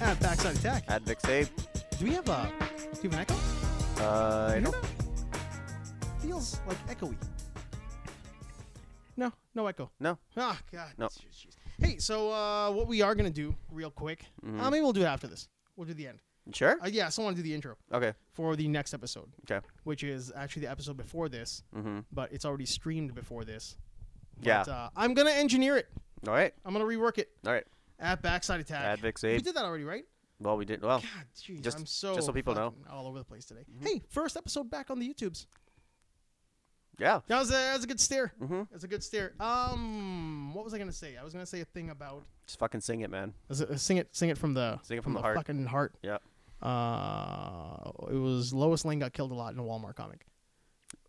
have backside attack. Advix save. Do we have a? Do you have an echo? Uh, I You don't. know? Feels like echoey. No, no echo. No. Oh God. No. Jeez, jeez. Hey, so uh, what we are gonna do real quick? Mm-hmm. Uh, maybe we'll do it after this. We'll do the end. Sure. Uh, yeah, I still want to do the intro Okay. for the next episode, Okay. which is actually the episode before this, Mm-hmm. but it's already streamed before this. Yeah. But, uh, I'm gonna engineer it. All right. I'm gonna rework it All right. at backside attack. Advix we save. did that already, right? Well, we did. Well, God, jeez, Just- I'm so just so people know. Mm-hmm. fucking all over the place today. Hey, first episode back on the YouTubes. yeah. That was a, that was a good stare. Mhm. That's a good stare. Um, what was I gonna say? I was gonna say a thing about Just fucking sing it, man. was it- sing it, sing it from the Sing it from the heart. fucking heart. Yeah. Uh, it was Lois Lane got killed a lot in a Walmart comic.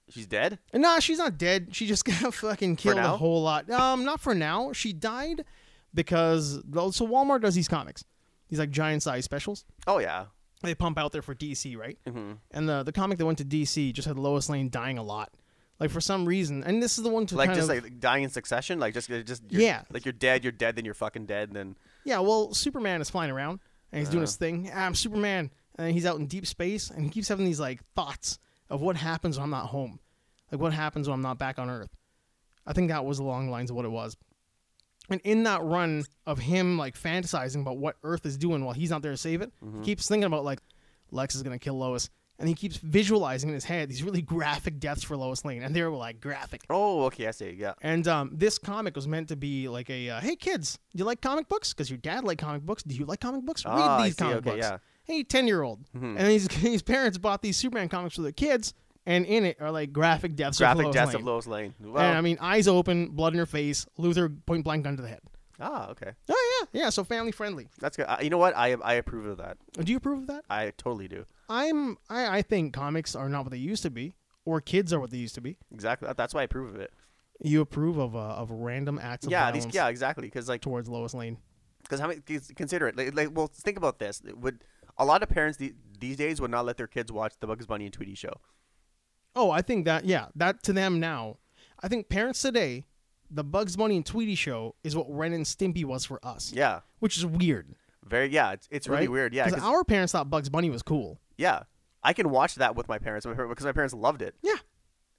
She's dead. And nah, she's not dead. She just got fucking killed a now? whole lot. Um, not for now. She died because so Walmart does these comics, these like giant size specials. Oh yeah. They pump out there for DC, right? Mm-hmm. And the the comic that went to DC just had Lois Lane dying a lot, like for some reason. And this is the one to Like kind just of, like dying in succession. Like just just you're- Yeah. Like you're dead. You're dead. Then you're fucking dead. And then Yeah, well, Superman is flying around and he's doing his thing. "Ah, I'm Superman, and he's out in deep space, and he keeps having these like thoughts of what happens when I'm not home, like what happens when I'm not back on Earth. I think that was along the lines of what it was. And in that run of him like fantasizing about what Earth is doing while he's not there to save it, he keeps thinking about like Lex is gonna kill Lois, and he keeps visualizing in his head these really graphic deaths for Lois Lane, and they were like graphic. oh okay I see yeah. And um, this comic was meant to be like a uh, hey kids, do you like comic books? Because your dad liked comic books. Do you like comic books? Read Ah, I these see. comic Okay, books. yeah. Mm-hmm. Hey, ten year old. And hese his parents bought these Superman comics for their kids, and in it are like graphic deaths. Graphic of Lois deaths Lane. of Lois Lane. Well, And I mean, eyes open, blood in her face, Luther point blank gun to the head. ah okay. Oh yeah, yeah. So family friendly. That's good. Uh, you know what? I I approve of that. Do you approve of that? I totally do. I'm I, I think comics are not what they used to be, or kids are what they used to be. Exactly. That- That's why I approve of it. You approve of uh, of random acts of yeah. violence These, yeah. Exactly. Because like towards Lois Lane. because how many 'cause consider it like, like well think about this It would a lot of parents the, these days would not let their kids watch the bugs bunny and tweety show Oh, I think that yeah, that to them now. I think parents today, the Bugs Bunny and Tweety show is what Ren and Stimpy was for us. yeah Which is weird. very yeah it's, it's really right? weird yeah 'cause- our parents thought Bugs Bunny was cool. yeah i can watch that with my parents my par- because my parents loved it Yeah.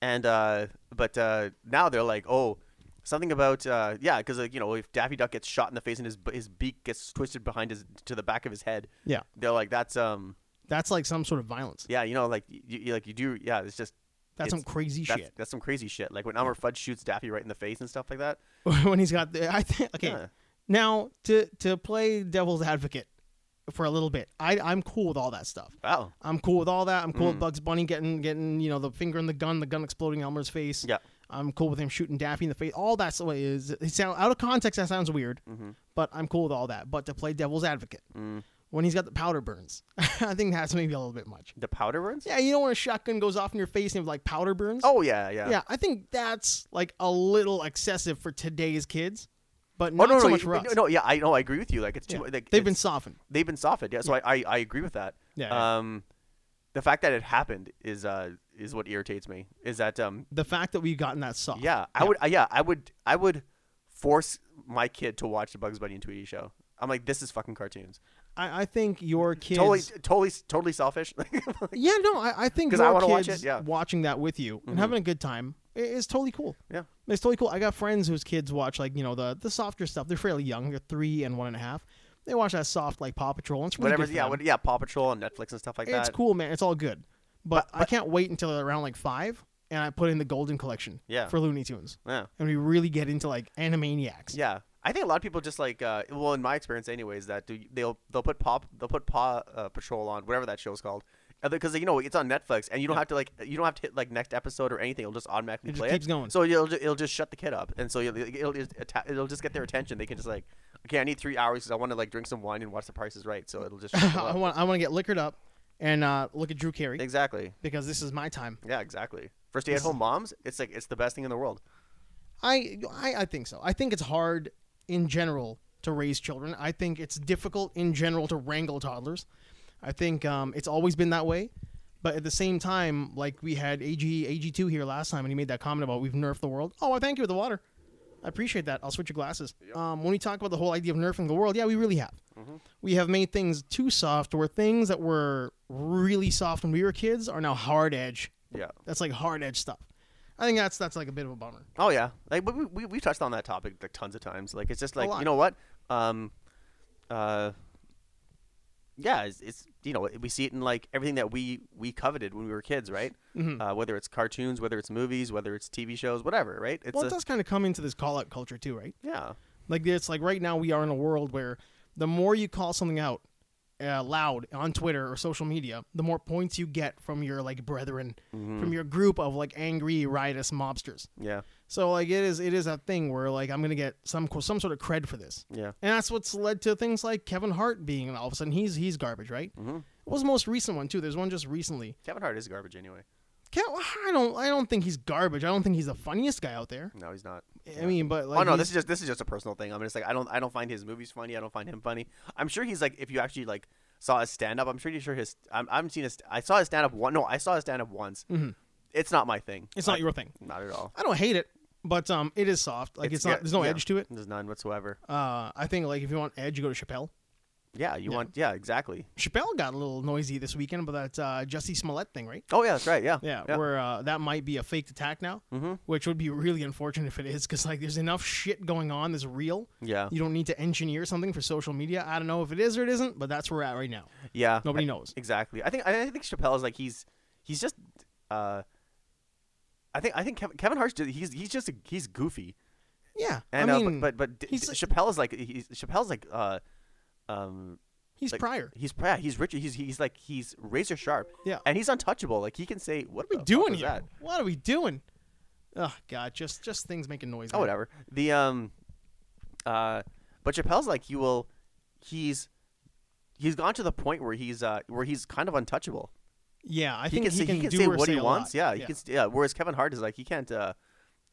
and uh but uh now they're like oh something about uh yeah because like you know if daffy duck gets shot in the face and his b- his beak gets twisted behind his to the back of his head Yeah. they're like that's um That's like some sort of violence. yeah you know like you, you like you do yeah it's just That's it's- some crazy that's, shit. that's some crazy shit like when Elmer Fudd shoots Daffy right in the face and stuff like that when he's got the I think okay. Yeah. Now to to play devil's advocate for a little bit. I I'm cool with all that stuff. wow I'm cool with all that. I'm Mm. cool with Bugs Bunny getting getting you know the finger in the gun, the gun exploding in Elmer's face. Yeah. I'm cool with him shooting Daffy in the face. All that's the way it is. It sound out of context. That sounds weird, Mm-hmm. but I'm cool with all that. But to play devil's advocate, Mm. when he's got the powder burns, I think that's maybe a little bit much. The powder burns? Yeah, you know when a shotgun goes off in your face and you have like powder burns. Oh yeah, yeah. yeah, I think that's like a little excessive for today's kids, but Oh not no, no, so much you- for us. no, no, yeah, I know, I agree with you. Like it's too Yeah. much. Like, They've been it's- softened. they've been softened. Yeah, so I, I I agree with that. Yeah, yeah. Um, the fact that it happened is uh is what irritates me. Is that um The fact that we've gotten that soft. yeah I would uh, yeah I would I would force my kid to watch the Bugs Bunny and Tweety show. I'm like this is fucking cartoons. I, I think your kids Totally totally totally selfish. Yeah, no, I, I think 'Cause I your wanna watch kids it, yeah. Mm-hmm. watching that with you and having a good time i- is totally cool. yeah. It's totally cool. I got friends whose kids watch like you know the the softer stuff. They're fairly young. They're three and one and a half. They watch that soft like Paw Patrol. And it's really Whatever. Good for Yeah. them. What, yeah. Paw Patrol on Netflix and stuff like that. it's cool, man. It's all good. But, But- I can't wait until they're around like five and I put in the Golden Collection. Yeah. For Looney Tunes. Yeah. And we really get into like Animaniacs. Yeah, I think a lot of people just like, uh, well, in my experience, anyways, that do, they'll they'll put pop they'll put Paw uh, Patrol on whatever that show's called, because you know it's on Netflix and you don't have to like you don't have to hit like next episode or anything. It'll just automatically It just play keeps it. going. So it'll ju- it'll just shut the kid up, and so you'll, it'll just atta- it'll just get their attention. They can just like, okay, I need three hours because I want to like drink some wine and watch The Price Is Right. So it'll just shut them I up. want I want to get liquored up and uh, look at Drew Carey exactly. because this is my time. Yeah, exactly. For stay-at-home moms, it's like it's the best thing in the world. I, I I think so. I think it's hard in general to raise children. I think it's difficult in general to wrangle toddlers. I think um, it's always been that way. But at the same time, like we had AG AG two here last time, and he made that comment about we've nerfed the world. Oh, I thank you with the water. I appreciate that. I'll switch your glasses. Um, when we talk about the whole idea of nerfing the world, yeah, we really have. We have made things too soft, where things that were really soft when we were kids are now hard edge. Yeah. That's like hard edge stuff. I think that's that's like a bit of a bummer. Oh yeah, like but we we we touched on that topic like tons of times. Like it's just like lot. you know what, um, uh, yeah, it's, it's you know we see it in like everything that we we coveted when we were kids, right? Mhm. Uh, whether it's cartoons, whether it's movies, whether it's TV shows, whatever, right? It's well, a- it does kind of come into this call out culture too, right? yeah, Like it's like right now we are in a world where the more you call something out uh, loud on Twitter or social media, the more points you get from your like brethren, Mm-hmm. from your group of like angry riotous mobsters. yeah, So like it is it is a thing where like I'm gonna get some some sort of cred for this, yeah, and that's what's led to things like Kevin Hart being all of a sudden he's he's garbage, right? Mm-hmm. What was the most recent one too? There's one just recently. Kevin Hart is garbage anyway. Kev- I don't I don't think he's garbage. I don't think he's the funniest guy out there. No, he's not. I mean, but like oh no, he's- this is just this is just a personal thing. I'm just like I don't I don't find his movies funny. I don't find him funny. I'm sure he's like if you actually like saw his stand up, I'm pretty sure his I'm I'm seen his I saw his stand up one. No, I saw his stand up once. It's not my thing. Mm-hmm. it's I- not your thing. Not at all. I don't hate it, but um, it is soft. Like it's, yeah, not. There's no yeah, edge to it. There's none whatsoever. Uh, I think like if you want edge, you go to Chappelle. Yeah, you want yeah exactly. Chappelle got a little noisy this weekend, but that uh, Jesse Smollett thing, right? Oh yeah, that's right. Yeah, Mm-hmm. Yeah, where uh, that might be a faked attack now, which would be really unfortunate if it is, because like there's enough shit going on that's real. yeah, You don't need to engineer something for social media. I don't know if it is or it isn't, but that's where we're at right now. yeah. Nobody knows. Exactly. I think I think Chappelle is like he's he's just uh I think I think Kevin, Kevin Hart's just, he's he's just he's goofy. Yeah, And I uh, mean, but but, but he's- he's, Chappelle is like he's Chappelle's like uh um he's like, prior. He's prior. He's rich. He's he's like he's razor sharp. Yeah. And he's untouchable. Like he can say What what, are the we fuck doing was here? that? What are we doing? Oh God, just just things making noise. Oh man. whatever. The um uh but Chappelle's like he will he's he's gone to the point where he's uh where he's kind of untouchable. Yeah, I he think can, say, he can, he can do say or what say he a wants. lot. Yeah, he can. s- Yeah. Whereas Kevin Hart is like he can't. Uh,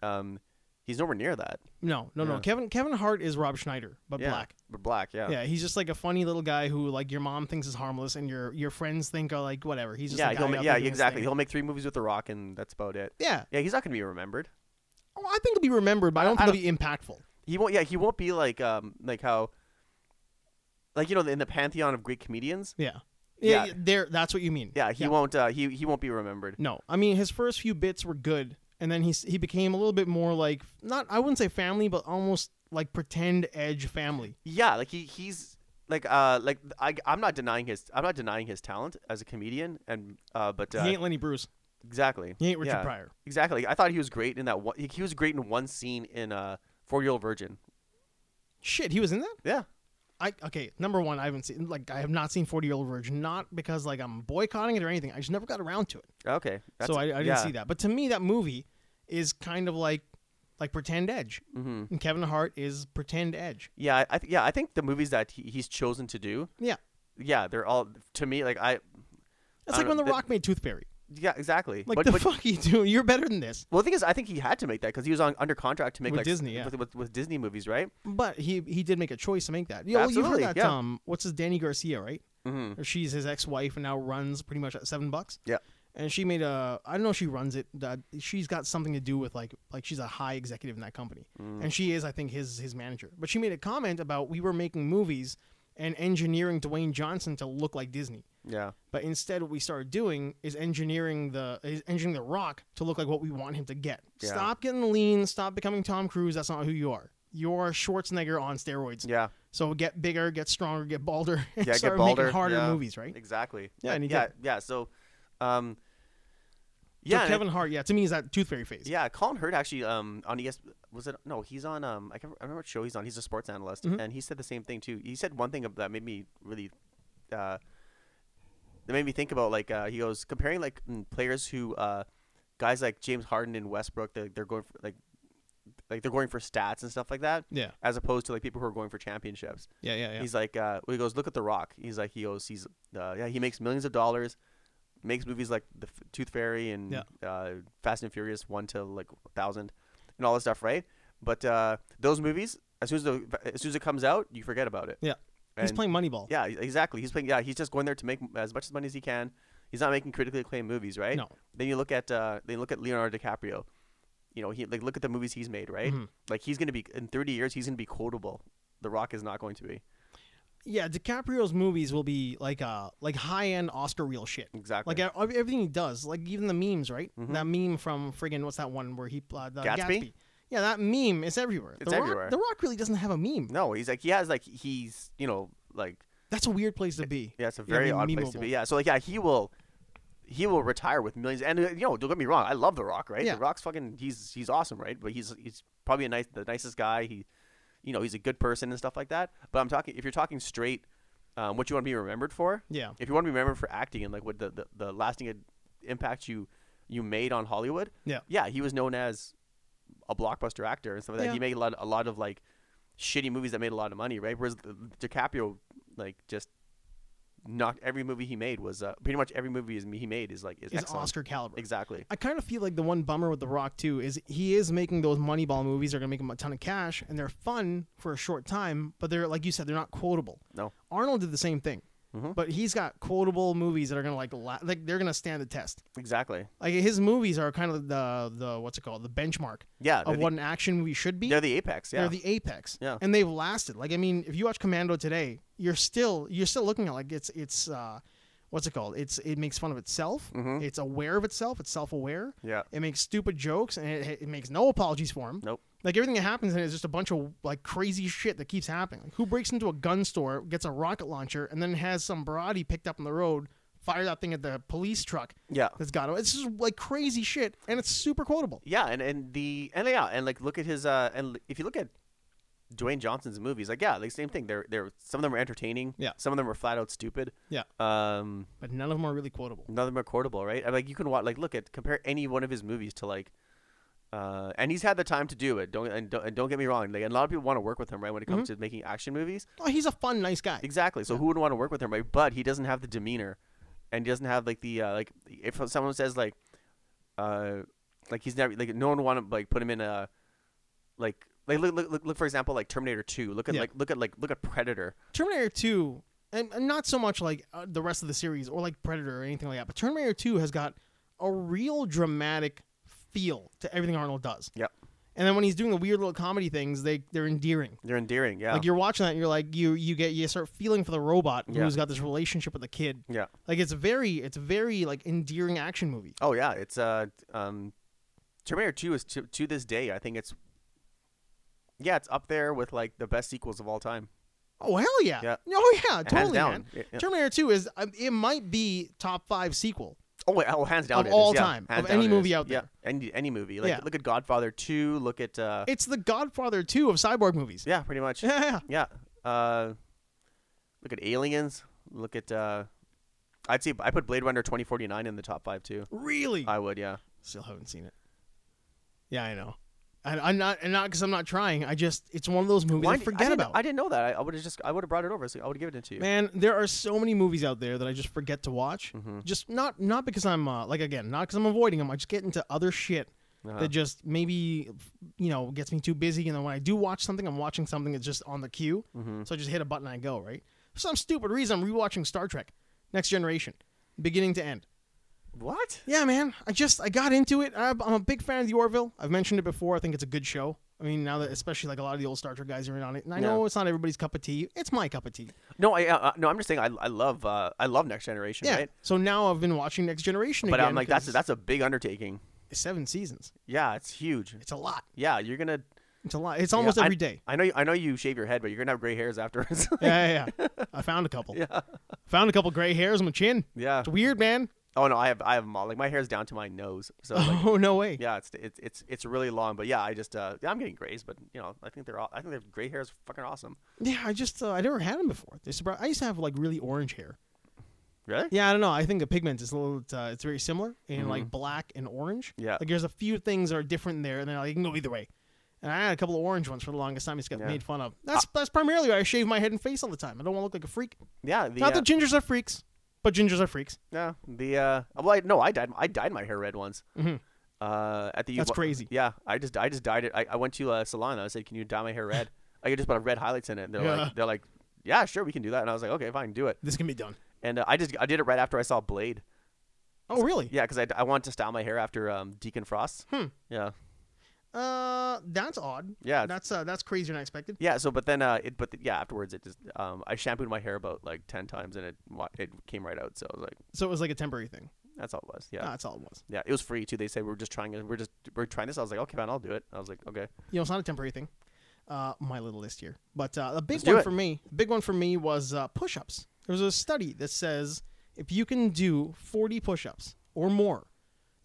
um, he's nowhere near that. No, no, no. Yeah. Kevin Kevin Hart is Rob Schneider, but Yeah. black. But black. Yeah. Yeah, he's just like a funny little guy who like your mom thinks is harmless and your your friends think are like whatever. He's just Yeah. a guy he'll ma- out yeah. there doing his Exactly. thing. He'll make three movies with The Rock, and that's about it. Yeah, Yeah. He's not gonna be remembered. well, I think he'll be remembered, but I don't I think he'll be impactful. He won't. Yeah. He won't be like um like how. Like you know, in the pantheon of great comedians. Yeah, yeah, Yeah. yeah, there. That's what you mean. Yeah. He won't. Uh, he he won't be remembered. No, I mean his first few bits were good, and then he s- he became a little bit more like not I wouldn't say family, but almost like pretend edge family. Yeah. Like he he's. Like uh, like I, I'm not denying his, I'm not denying his talent as a comedian, and uh, but uh, He ain't Lenny Bruce. Exactly. He ain't Richard Pryor. Exactly. I thought he was great in that one. He, he was great in one scene in uh, Four Year Old Virgin. Shit, he was in that. Yeah. I okay. Number one, I haven't seen like I have not seen Forty Year Old Virgin. Not because like I'm boycotting it or anything. I just never got around to it, Okay. so I, I didn't yeah. see that. But to me, that movie is kind of like like pretend edge, mm-hmm. and Kevin Hart is pretend edge. Yeah. I- I th- yeah. I think the movies that he, he's chosen to do. Yeah, Yeah, they're all to me like I. that's I like don't when The know, that- Rock made Tooth Fairy. Yeah. Exactly. Like but, the but- fuck you do? You're better than this. well, the thing is, I think he had to make that because he was on under contract to make With like Disney, yeah. with, with, with Disney movies, right? But he he did make a choice to make that. Yeah, well, you've heard Absolutely, that. yeah. Um, what's his Danny Garcia, right? Mm-hmm. She's his ex-wife and now runs pretty much at seven bucks. Yeah. And she made a I don't know if she runs it. Uh, she's got something to do with like like she's a high executive in that company, Mm. and she is I think his his manager. But she made a comment about we were making movies and engineering Dwayne Johnson to look like Disney. Yeah. But instead, what we started doing is engineering the is engineering the Rock to look like what we want him to get. Yeah. Stop getting lean. Stop becoming Tom Cruise. That's not who you are. You're Schwarzenegger on steroids. Yeah. So get bigger, get stronger, get balder, and Yeah. start get balder. making harder yeah. movies, right? Exactly. Yeah, and he yeah. did. Yeah. So, um. So Yeah. and I- Kevin Hart, yeah, to me is that tooth fairy phase. Yeah, Colin Hurd actually um on ES was it no he's on um I can't I remember what show he's on he's a sports analyst Mm-hmm. and he said the same thing too he said one thing that made me really uh that made me think about like uh he goes comparing like mm, players who uh guys like James Harden and Westbrook they're, they're going for like like they're going for stats and stuff like that Yeah. as opposed to like people who are going for championships Yeah, yeah, yeah. He's like, uh, well, he goes, look at The Rock. He's like, he goes, he's, uh, yeah, he makes millions of dollars, makes movies like The F- Tooth Fairy and Yeah. uh, Fast and Furious one to like thousand, and all this stuff, right? But uh, those movies, as soon as the, as soon as it comes out, you forget about it. yeah. He's And- playing Moneyball. Yeah, e- exactly. He's playing. Yeah, he's just going there to make m- as much as money as he can. He's not making critically acclaimed movies, right? No. Then you look at uh, then you look at Leonardo DiCaprio. you know, he like look at the movies he's made, right? Mhm. Like he's gonna be in 30 years, he's gonna be quotable. The Rock is not going to be Yeah, DiCaprio's movies will be like uh like high end Oscar reel shit. exactly. Like ev- everything he does, like even the memes, right? Mhm. That meme from friggin' what's that one where he uh, the Gatsby? Gatsby? Yeah, that meme is everywhere. It's the Rock, everywhere. The Rock really doesn't have a meme. no, he's like he has like he's you know like That's a weird place to be. yeah, it's a Yeah, I very mean, odd place to memeable. be. Yeah, so like yeah, he will he will retire with millions. And uh, you know, don't get me wrong, I love The Rock, right? Yeah. The Rock's fucking he's he's awesome, right? But he's he's probably a nice the nicest guy. He you know he's a good person and stuff like that. But I'm talking if you're talking straight, um, what you want to be remembered for? Yeah. if you want to be remembered for acting and like what the, the, the lasting ad- impact you you made on Hollywood, Yeah. yeah, he was known as a blockbuster actor and stuff like that. Yeah. He made a lot a lot of like shitty movies that made a lot of money, right? Whereas uh, DiCaprio, like just knocked every movie he made was uh, pretty much every movie is, he made is like is It's excellent. Oscar caliber. Exactly. I kind of feel like the one bummer with The Rock too is he is making those Moneyball movies. They're gonna make him a ton of cash, and they're fun for a short time, but they're like you said, they're not quotable. No. Arnold did the same thing, Mhm. but he's got quotable movies that are gonna like la- like they're gonna stand the test. Exactly. Like his movies are kind of the the what's it called the benchmark Yeah. They're, of the, what an action movie should be. they're the apex. Yeah. They're the apex, Yeah. and they've lasted. Like I mean, if you watch Commando today, you're still you're still looking at like it's it's uh, what's it called? It's it makes fun of itself. Mhm. It's aware of itself. It's self aware. yeah. It makes stupid jokes and it, it makes no apologies for him. Nope. Like everything that happens in it is just a bunch of like crazy shit that keeps happening. Like who breaks into a gun store, gets a rocket launcher, and then has some bratty picked up on the road, fire that thing at the police truck Yeah. that's got him. It's just like crazy shit, and it's super quotable. Yeah, and and the and yeah, and like look at his uh, and if you look at Dwayne Johnson's movies, like yeah, like same thing. They're they're some of them are entertaining. Yeah. Some of them are flat out stupid. Yeah. Um, But none of them are really quotable. none of them are quotable, right? And, like you can watch, like look at compare any one of his movies to like, uh, and he's had the time to do it. Don't and don't, and don't get me wrong. Like and a lot of people want to work with him, right? When it Mm-hmm. comes to making action movies, Oh, he's a fun, nice guy. exactly. So who wouldn't want to work with him, right? But he doesn't have the demeanor, and he doesn't have like the uh, like if someone says like, uh, like he's never like no one want to like put him in a, like like look look look, look for example like Terminator Two. Look at Yeah. like look at like look at Predator. Terminator 2, and, and not so much like uh, the rest of the series or like Predator or anything like that, but Terminator 2 has got a real dramatic feel to everything Arnold does. Yep. And then when he's doing the weird little comedy things, they they're endearing. They're endearing, yeah, Like you're watching that, and you're like you you get you start feeling for the robot Yeah. who's got this relationship with the kid. yeah. Like it's very it's very like endearing action movie. Oh yeah, it's uh um, Terminator Two is to, to this day I think it's yeah it's up there with like the best sequels of all time. Oh hell yeah! Yeah. Oh yeah, Hands totally down. man. Yeah, yeah. Terminator Two is um, it might be top five sequel. Oh, wait, oh hands down Of it all is, yeah. time, Hands of down any it movie is. out there. Yeah, any any movie. Like Yeah. look at Godfather Two. Look at uh, It's the Godfather Two of cyborg movies. yeah, pretty much. yeah. Yeah. Uh, look at Aliens. Look at uh, I'd say I put Blade Runner twenty forty nine in the top five too. Really? I would, yeah. Still haven't seen it. Yeah, I know. And I'm not, and not because I'm not trying. I just, it's one of those movies Why I did- forget didn't- about. I didn't know that. I, I would have just I would have brought it over. So I would have given it to you. Man, there are so many movies out there that I just forget to watch. Mm-hmm. Just not, not because I'm uh, like again, not because I'm avoiding them. I just get into other shit Uh-huh. that just maybe, you know, gets me too busy. And then when I do watch something, I'm watching something that's just on the queue. Mm-hmm. So I just hit a button and I go right. For some stupid reason, I'm rewatching Star Trek: Next Generation, beginning to end. What? Yeah, man. I just I got into it. I'm, I'm a big fan of the Orville. I've mentioned it before. I think it's a good show. I mean, now that especially like a lot of the old Star Trek guys are in on it, and I know Yeah. it's not everybody's cup of tea. It's my cup of tea. No, I uh, no. I'm just saying. I, I love uh, I love Next Generation, Yeah. right? So now I've been watching Next Generation But again. I'm like that's 'cause that's a big undertaking. it's seven seasons. Yeah, it's huge. It's a lot. Yeah, you're gonna It's a lot. It's almost yeah, I- every day. I know you, I know you shave your head, but you're gonna have gray hairs afterwards. Yeah, yeah, yeah. I found a couple. yeah, Found a couple gray hairs on my chin. yeah. It's weird, man. Oh no, I have I have them all. Like my hair's down to my nose, so like oh no way. yeah, it's it's it's it's really long. But yeah, I just uh yeah, I'm getting grays, but you know I think they're all I think their gray hair is fucking awesome. Yeah, I just uh, I never had them before. They surprised. I used to have like really orange hair. Really? Yeah, I don't know. I think the pigment is a little. Uh, it's very similar in like black and orange. Mm-hmm. Yeah. Like there's a few things that are different there, and then I can go either way. And I had a couple of orange ones for the longest time. It's got Yeah. Ah. made fun of. That's that's primarily why I shave my head and face all the time. I don't want to look like a freak. Yeah, the Not uh, that gingers are freaks, but gingers are freaks. no the uh well I, no I dyed I dyed my hair red once. Mhm. Uh, at the That's well, crazy. Yeah, I just I just dyed it. I, I went to a salon. and I said, "Can you dye my hair red?" I just put red highlights in it. And they're Yeah. like they're like, "Yeah, sure, we can do that." And I was like, "Okay, fine, do it." This can be done. And uh, I just I did it right after I saw Blade. Oh really? Yeah, because I, I wanted to style my hair after um, Deacon Frost. Hmm. Yeah. uh, that's odd. Yeah, it's- that's uh, that's crazier than I expected. Yeah. So, but then, uh, it, but yeah, afterwards, it just, um, I shampooed my hair about like ten times, and it, wa- it came right out. So I was like, So it was like a temporary thing. that's all it was. Yeah. Ah, that's all it was. yeah. It was free too. They said we're just trying it. We're just we're trying this. I was like, okay, man, I'll do it. I was like, okay. You know, it's not a temporary thing. Uh, my little list here, but uh, the big Let's do one it. for me, big one for me was uh, push-ups. There was a study that says if you can do 40 push-ups or more,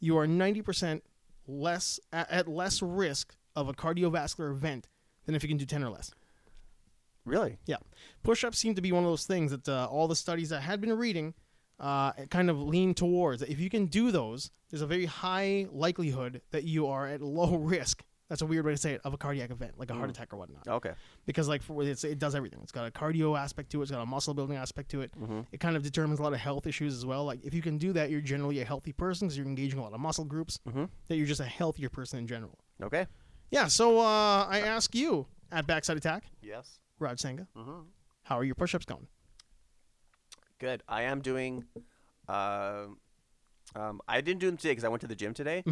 you are 90% less at, at less risk of a cardiovascular event than if you can do 10 or less. Really? Yeah, push-ups seem to be one of those things that uh, all the studies I had been reading uh, kind of lean towards. If you can do those, there's a very high likelihood that you are at low risk. That's a weird way to say it of a cardiac event, like a heart attack or whatnot. Okay. Because like for, it's, it does everything. It's got a cardio aspect to it. It's got a muscle building aspect to it. It kind of determines a lot of health issues as well. Like if you can do that, you're generally a healthy person because you're engaging a lot of muscle groups. That you're just a healthier person in general. Okay. Yeah. So uh, I ask you at Backside Attack, Yes. Mm-hmm. Raj Senga, how are your push-ups going? Good. I am doing. Um, um, I didn't do them today because I went to the gym today.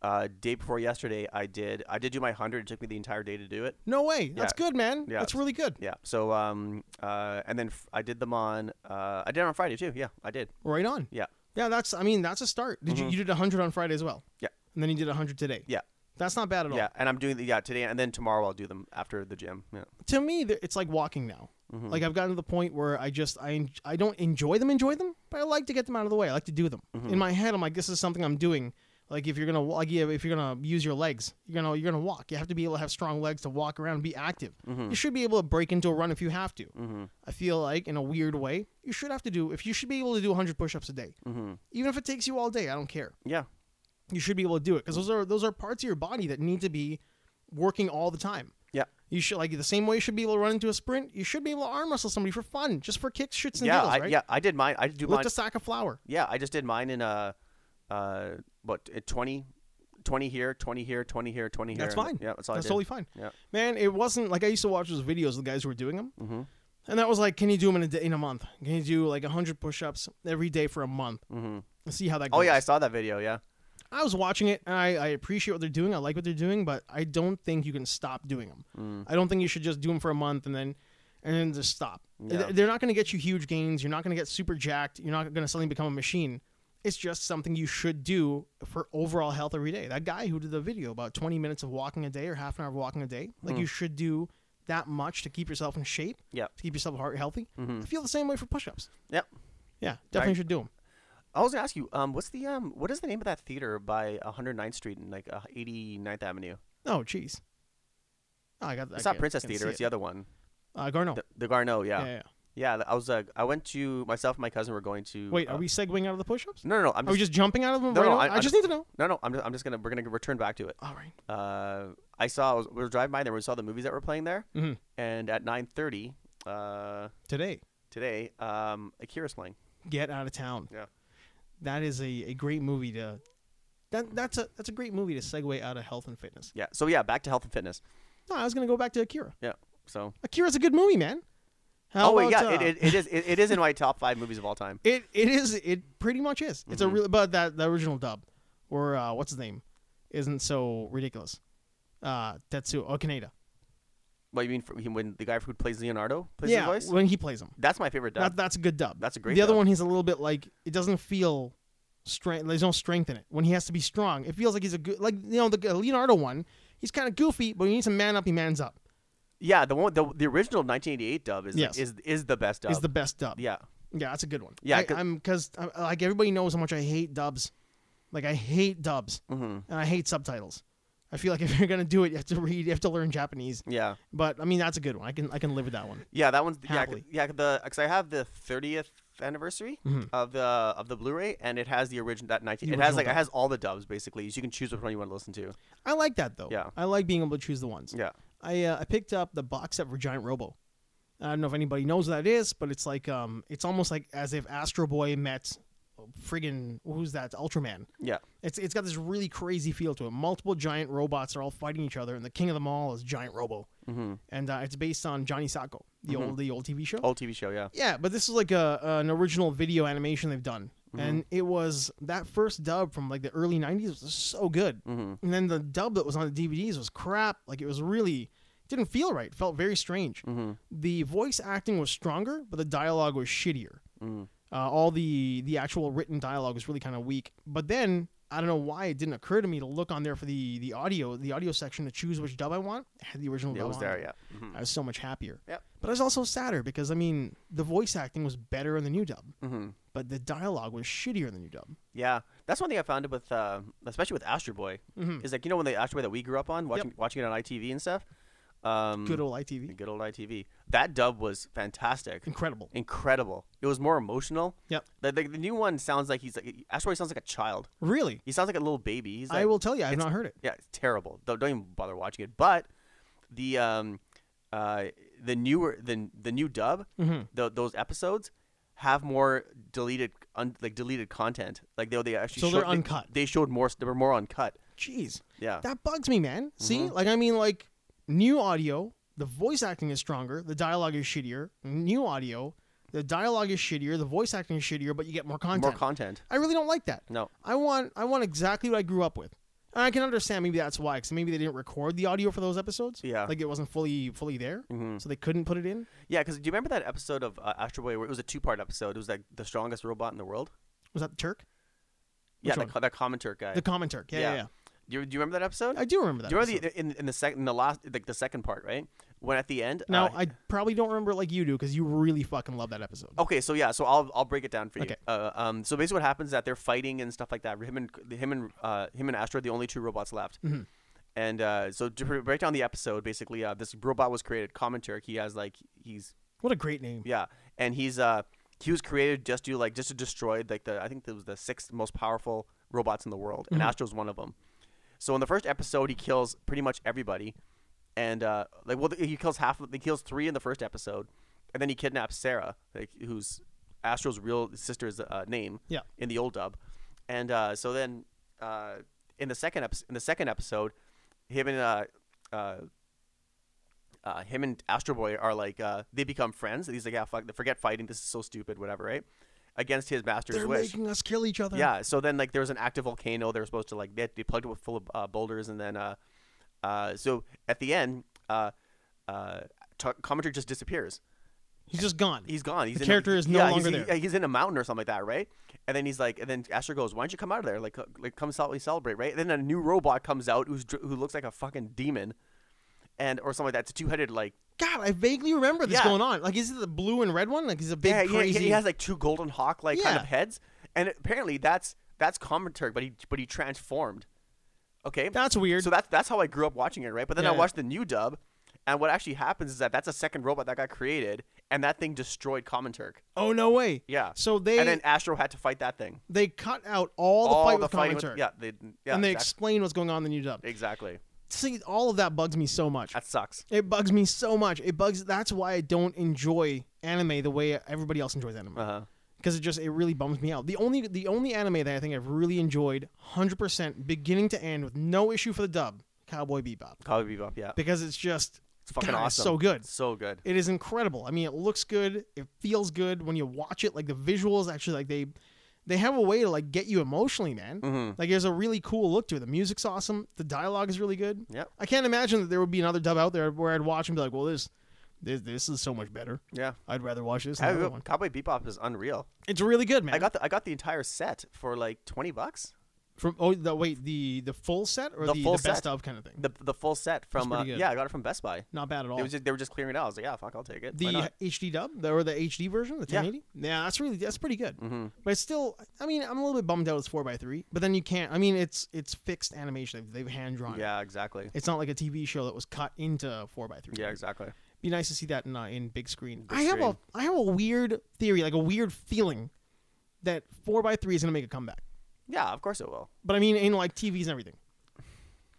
Uh, day before yesterday, I did. I did do my hundred. It took me the entire day to do it. No way. That's good, man. Yeah. That's really good. Yeah. So, um, uh, and then f- I did them on. Uh, I did it on Friday too. Yeah, I did. Right on. Yeah. Yeah, that's I mean, that's a start. Did you you did 100 on Friday as well? Yeah. And then you did 100 today. Mm-hmm. Yeah. That's not bad at all. Yeah, and I'm doing the yeah today, and then tomorrow I'll do them after the gym. Yeah, To me, th- it's like walking now. Mm-hmm. Like I've gotten to the point where I just I en- I don't enjoy them, enjoy them, but I like to get them out of the way. I like to do them. Mm-hmm. In my head, I'm like, this is something I'm doing. Like if you're gonna wa- like yeah, if you're gonna use your legs, you're gonna you're gonna walk. You have to be able to have strong legs to walk around and be active. Mm-hmm. You should be able to break into a run if you have to. I feel like in a weird way, you should have to do if you should be able to do 100 push-ups a day, even if it takes you all day. I don't care. yeah, you should be able to do it because those are those are parts of your body that need to be working all the time. yeah, You should like the same way you should be able to run into a sprint. You should be able to arm wrestle somebody for fun, just for kicks, shits, and yeah. giggles, I, right? Yeah, I did mine. I did do mine. Lift a sack of flour. yeah, I just did mine in uh, uh, what uh, 20, 20 here, twenty here, twenty here, twenty here. That's and- fine. Yeah, that's all I did. totally fine. Yeah. Man, it wasn't like I used to watch those videos of the guys who were doing them, mm-hmm. and that was like, can you do them in a day, in a month? Can you do like hundred push-ups every day for a month? Mm-hmm. See how that goes. Oh yeah, I saw that video. Yeah, I was watching it and I, I appreciate what they're doing. I like what they're doing, but I don't think you can stop doing them. Mm. I don't think you should just do them for a month and then and then just stop. Yeah. Th- They're not going to get you huge gains. You're not going to get super jacked. You're not going to suddenly become a machine. It's just something you should do for overall health every day. That guy who did the video about 20 minutes of walking a day or half an hour of walking a day, like Mm. you should do that much to keep yourself in shape, yeah, to keep yourself heart healthy. I feel the same way for push-ups. yeah. Yeah, definitely Mm. Right. should do them. I was gonna ask you, um, what's the um, what is the name of that theater by 109th Street and like uh, 89th Avenue? Oh, jeez. Oh, I got. I It's not can't- Princess can't see Theater. It's it. the other one, Uh, Garneau. the, the Garneau. Yeah. yeah, yeah. Yeah, I was. Uh, I went to myself and my cousin were going to. Wait, uh, are we segueing out of the push-ups? No, no, no. I'm Are we just, just jumping out of them? No, right no, now? I- I, just need to know. no, no. I'm just, I'm just gonna. We're gonna return back to it. All right. uh, I saw I was, we were driving by there. We saw the movies that were playing there, Mhm. and at 9:30 uh, Today, today, um, Akira's playing. get out of town. Yeah. That is a, a great movie to. That that's a that's a great movie to segue out of health and fitness. Yeah. So yeah, back to health and fitness. No, I was gonna go back to Akira. Yeah. So. Akira's a good movie, man. How oh wait, yeah, about, it, uh, it, it is. It, it is in my top five movies of all time. It it is it pretty much is. It's Mm-hmm. a real but that the original dub or uh, what's his name isn't so ridiculous. Uh, Tetsuo Okaneda. What you mean for, when the guy who plays Leonardo plays Yeah, the voice? when he plays him. That's my favorite dub. That, that's a good dub. That's a great The other dub. one, he's a little bit like it doesn't feel strength. There's no strength in it. When he has to be strong, it feels like he's a good like you know the Leonardo one. He's kind of goofy, but when he needs to man up. He mans up. yeah, the one the, the original 1988 dub is Yes. is is the best dub. Is the best dub. yeah. yeah, that's a good one. Yeah, I, 'cause- I'm because like everybody knows how much I hate dubs. Like I hate dubs mm-hmm. and I hate subtitles. I feel like if you're gonna do it, you have to read, you have to learn Japanese. Yeah. But I mean, that's a good one. I can I can live with that one. Yeah, that one's yeah, Happily. c- yeah. The because I have the thirtieth anniversary of the of the Blu-ray, and it has the original that nineteen. The it has original like dub. it has all the dubs basically, so you can choose which one you want to listen to. I like that though. Yeah. I like being able to choose the ones. Yeah, I uh, I picked up the box set for Giant Robo. I don't know if anybody knows what that is, but it's like um, it's almost like as if Astro Boy met uh, friggin' who's that Ultraman. yeah, It's it's got this really crazy feel to it. Multiple giant robots are all fighting each other, and the king of them all is Giant Robo. Mm-hmm. And uh, it's based on Johnny Sacco, the old the old TV show. old TV show. Yeah, Yeah, but this is like a an original video animation they've done. Mm-hmm. and it was that first dub from like the early '90s was so good, Mm-hmm. and then the dub that was on the DVDs was crap. Like it was really didn't feel right. Felt very strange. Mm-hmm. The voice acting was stronger, but the dialogue was shittier. Mm-hmm. Uh, all the the actual written dialogue was really kind of weak. But then I don't know why it didn't occur to me to look on there for the the audio the audio section to choose which dub I want. I had the original Yeah, dub it was on there. Yeah. Mhm. I was so much happier. Yep. But I was also sadder because I mean the voice acting was better in the new dub, Mhm. but the dialogue was shittier in the new dub. Yeah, that's one thing I found with, uh, especially with Astro Boy, Mhm. is like you know when the Astro Boy that we grew up on, watching watching it on ITV and stuff. Um, Good old ITV, good old ITV. That dub was fantastic, incredible. incredible. It was more emotional. Yep. The, the, the new one sounds like he's like Astro Boy sounds like a child. Really, He sounds like a little baby. He's like, I will tell you, I've it's- not heard it. Yeah, it's terrible. Don't, don't even bother watching it. But the um, uh, the newer the the new dub, hmm tho- those episodes have more deleted un, like deleted content. Like they they actually So showed, they're they- uncut. They, showed more. They were more uncut. Jeez, Yeah. Mm-hmm. that bugs me, man. See, like I mean, like new audio, the voice acting is stronger, the dialogue is shittier. New audio, the dialogue is shittier, the voice acting is shittier, but you get more content. More content. I really don't like that. No. I want I want exactly what I grew up with. And I can understand maybe that's why, because maybe they didn't record the audio for those episodes. Yeah. like it wasn't fully fully there, Mhm. so they couldn't put it in. Yeah, because do you remember that episode of uh, Astro Boy where it was a two part episode? It was like the strongest robot in the world. Was that the Turk? Yeah, Which that, one? co- that commentator guy. The common Turk. Yeah, yeah, Yeah. do, you, do you remember that episode? yeah. I do remember that. do you remember episode. the, in in the second the last like the second part right when at the end? now uh, I probably don't remember like you do, because you really fucking love that episode. Okay, so yeah, so I'll I'll break it down for you. Okay. Uh, um, so basically, what happens is that they're fighting and stuff like that. Him and him and uh, him and Astro are the only two robots left. Mhm. And uh, so to br- break down the episode, basically, uh, this robot was created. Common Turk. He has like he's What a great name. yeah, and he's uh he was created just to like just to destroy like the I think that was the sixth most powerful robots in the world, and Astro's one of them. So in the first episode, he kills pretty much everybody, and uh like well he kills half of he kills three in the first episode, and then he kidnaps Sarah, like who's Astro's real sister's uh, name Yeah. in the old dub, and uh, so then uh, in the second episode, in the second episode, him and uh, uh, uh, him and Astro Boy are like uh, they become friends. And he's like, yeah, fuck, forget fighting. This is so stupid, whatever, right? Against his master's They're wish. making us kill each other. Yeah. So then, like, there was an active volcano. They were supposed to like they, they plugged it with full of uh, boulders, and then, uh, uh, so at the end, uh, uh, t- commentary just disappears. he's just gone. He's gone. He's The in character a, is no yeah, longer he's, there. He's in a mountain or something like that, right? And then he's like, and then Asher goes, "Why don't you come out of there? Like, uh, like come cel- celebrate, right?" And then a new robot comes out who's dr- who looks like a fucking demon, and or something like that. It's a two headed like God, I vaguely remember this Yeah. going on. Like, is it the blue and red one? Like, he's a big yeah, he- crazy. He, has like two golden hawk like kind Yeah. of heads, and apparently that's that's commentary, but he but he transformed. Okay, That's weird. so that's that's how I grew up watching it, right? But then I Yeah. watched the new dub, and what actually happens is that that's a second robot that got created, and that thing destroyed Comintern. oh no way. Yeah. So they and then Astro had to fight that thing. they cut out all the All fight the with fighting Comintern, yeah, they, yeah, and they exact- explain what's going on in the new dub. exactly. See, all of that bugs me so much. That sucks. It bugs me so much. It bugs. That's why I don't enjoy anime the way everybody else enjoys anime. Uh huh. because it just it really bums me out. The only the only anime that I think I've really enjoyed 100% beginning to end with no issue for the dub, Cowboy Bebop, Cowboy Bebop. Yeah, because it's just it's fucking God, it's awesome. so good. So good. It is incredible. I mean, it looks good. It feels good when you watch it. Like the visuals, actually, like they they have a way to like get you emotionally, man. Mm-hmm. Like there's a really cool look to it. The music's awesome. The dialogue is really good. Yep. I can't imagine that there would be another dub out there where I'd watch and be like, well, this this, this is so much better. Yeah. I'd rather watch this than the other Cowboy, one. Cowboy Bebop is unreal. It's really good, man. I got the I got the entire set for like twenty bucks. From oh the wait the the full set or the, The full the best set. of kind of thing. The the full set from pretty uh, good. yeah I got it from Best Buy. Not bad at all. They was just, they were just clearing it out. I was like yeah fuck I'll take it. Why the not? HD dub the, or the HD version, the Yeah. 1080. Yeah. that's really that's pretty good. Mhm. But it's still, I mean, I'm a little bit bummed out. It's four x three, but then you can't. I mean, it's it's fixed animation. They've, they've hand drawn. Yeah exactly. It's not like a TV show that was cut into four x three. Yeah exactly. Be nice to see that in uh, in big screen. Big I have screen. a I have a weird theory, like a weird feeling, that four x three is gonna make a comeback. Yeah of course it will. But I mean, in like TVs and everything.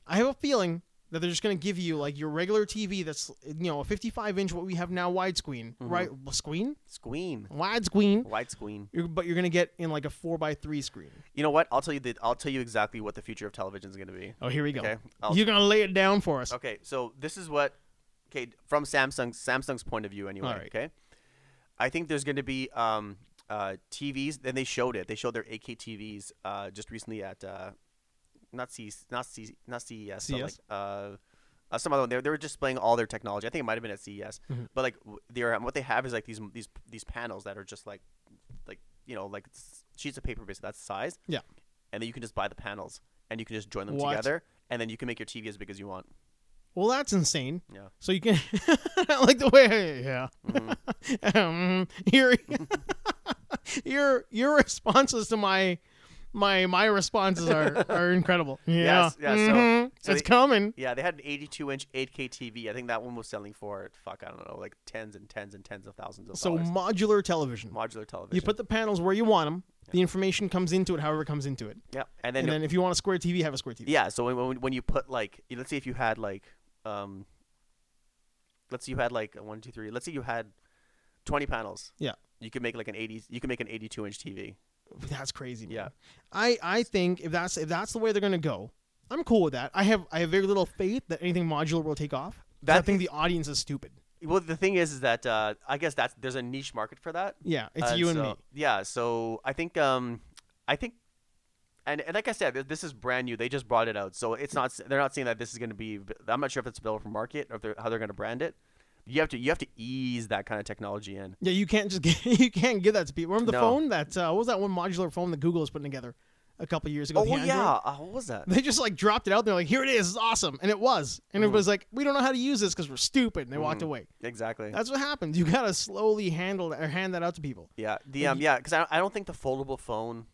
I have a feeling that they're just gonna give you like your regular TV that's you know a 55 inch what we have now widescreen, Mm-hmm. right? Well, Screen, Squeen. widescreen. White squeen. You're, but you're gonna get in like a four by three screen. You know what? I'll tell you the, I'll tell you exactly what the future of television is going to be. Oh, here we go. Okay, I'll- You're gonna lay it down for us. Okay, so this is what okay from Samsung Samsung's point of view anyway. All right. Okay, I think there's going to be um uh, TVs, and they showed it. They showed their AK TVs uh, just recently at uh, not C not C not CES, but like CES? uh, uh, some other one. They, were- they were displaying all their technology. I think it might have been at CES, Mhm. but like w- they're what they have is like these these these panels that are just like like you know like s- sheets of paper basically that's the size. Yeah. and then you can just buy the panels and you can just join them What? together, and then you can make your TV as big as you want. Well, that's insane. Yeah. So you can I like the way yeah. um, your your your responses to my my my responses are are incredible. Yeah. Yes, yeah, so- Mhm. so it's they- coming. Yeah, they had an 82 inch 8K TV. I think that one was selling for fuck, I don't know, like tens and tens and tens of thousands of So dollars. modular television. Modular television. You put the panels where you want them. The information comes into it, however it comes into it. yeah, and then, And then if you want a square TV, have a square TV. yeah. So when, when when you put like, let's say if you had like, um, let's say you had like a one, two, three. Let's say you had 20 panels. Yeah. You could make like an 80. You could make an 82 inch TV. That's crazy. Man. Yeah. I I think if that's if that's the way they're gonna go, I'm cool with that. I have I have very little faith that anything modular will take off. 'Cause I That think the audience is stupid. Well, the thing is, is that uh, I guess that's there's a niche market for that. Yeah, it's Uh, you and so- me. Yeah, so I think um I think and, and like I said, th- this is brand new. They just brought it out, so it's not. s- They're not saying that this is going to be. v- I'm not sure if it's available for market or if they're, how they're going to brand it. You have to. You have to ease that kind of technology in. Yeah, you can't just get, you can't give that to people. Remember the No. phone that uh, what was that one modular phone that Google was putting together a couple years ago? Oh the well, Android? yeah. Uh, what was that? They just like dropped it out there, like here it is, it's awesome, and it was, and Mm. it was like we don't know how to use this because we're stupid, and they walked away. Exactly. That's what happens. You gotta slowly handle or hand that out to people. yeah. The um. Yeah. Because I, I don't think the foldable phone.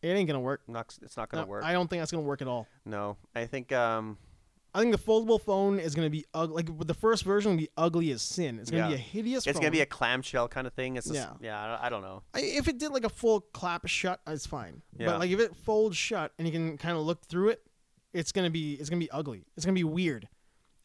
It ain't gonna work. Not, it's not going to No, work. I don't think that's gonna work at all. no. I think um. I think the foldable phone is gonna be ugly. Like the first version will be ugly as sin. It's gonna Yeah. be a hideous. It's going to be phone. a clamshell kind of thing. It's just, yeah. Yeah. I don't, I don't know. I- if it did like a full clap shut, it's fine. Yeah. But like if it folds shut and you can kind of look through it, it's gonna be it's gonna be ugly. It's gonna be weird.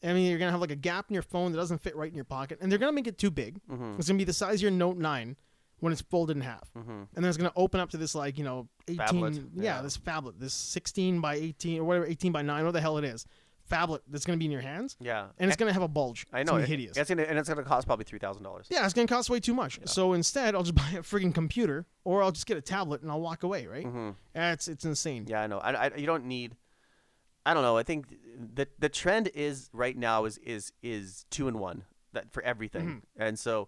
I mean, you're gonna have like a gap in your phone that doesn't fit right in your pocket, and they're gonna make it too big. Mm-hmm, It's gonna be the size of your Note Nine when it's folded in half, Mhm. and then it's gonna open up to this like you know eighteen, Phablet, yeah, yeah. this phablet, this sixteen by eighteen or whatever, eighteen by nine, what the hell it is, phablet that's gonna be in your hands, Yeah. and it's gonna have a bulge. I It's know. gonna it- be hideous. It's gonna, and it's going to cost probably three thousand dollars. Yeah, it's gonna cost way too much. So instead, I'll just buy a freaking computer, or I'll just get a tablet and I'll walk away. Right? Mhm. Yeah, It's it's insane. Yeah, I know. I, I you don't need. I don't know. I think th- the the trend is right now is is is two and one that for everything, and so,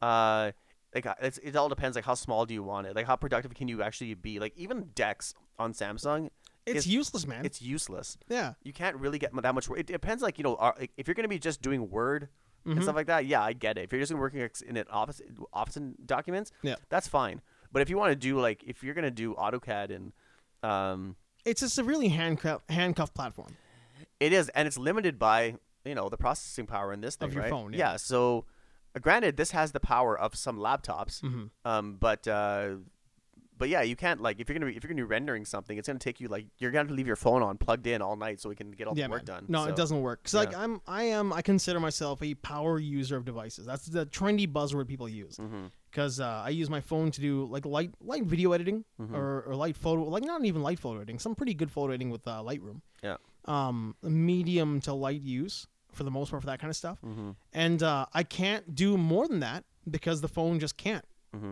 uh, like I- it's, it all depends like how small do you want it, like how productive can you actually be, like even Dex on Samsung, It's, it's- useless, man. it's useless. yeah, You can't really get mu- that much. wor- It depends, like you know, are, like, if you're gonna be just doing Word and stuff like that. Yeah, I get it. If you're just working ex- in an office office and documents, Yeah. that's fine. But if you want to do like if you're gonna do AutoCAD and um, it's just a really handcuff handcuffed platform. It is, and it's limited by you know the processing power in this thing, your right? phone, yeah. So, uh, granted, this has the power of some laptops, Mhm. um, but uh, but yeah, you can't like if you're gonna be, if you're gonna be rendering something, it's gonna take you like you're gonna have to leave your phone on plugged in all night so we can get all yeah, the work man. done. No, So, it doesn't work. 'Cause, like yeah. I'm, I am, I consider myself a power user of devices. That's the trendy buzzword people use. Mm-hmm. Because uh, I use my phone to do like light light video editing or, or light photo, like not even light photo editing, some pretty good photo editing with uh, Lightroom. Yeah. um, medium to light use for the most part for that kind of stuff. And uh, I can't do more than that because the phone just can't.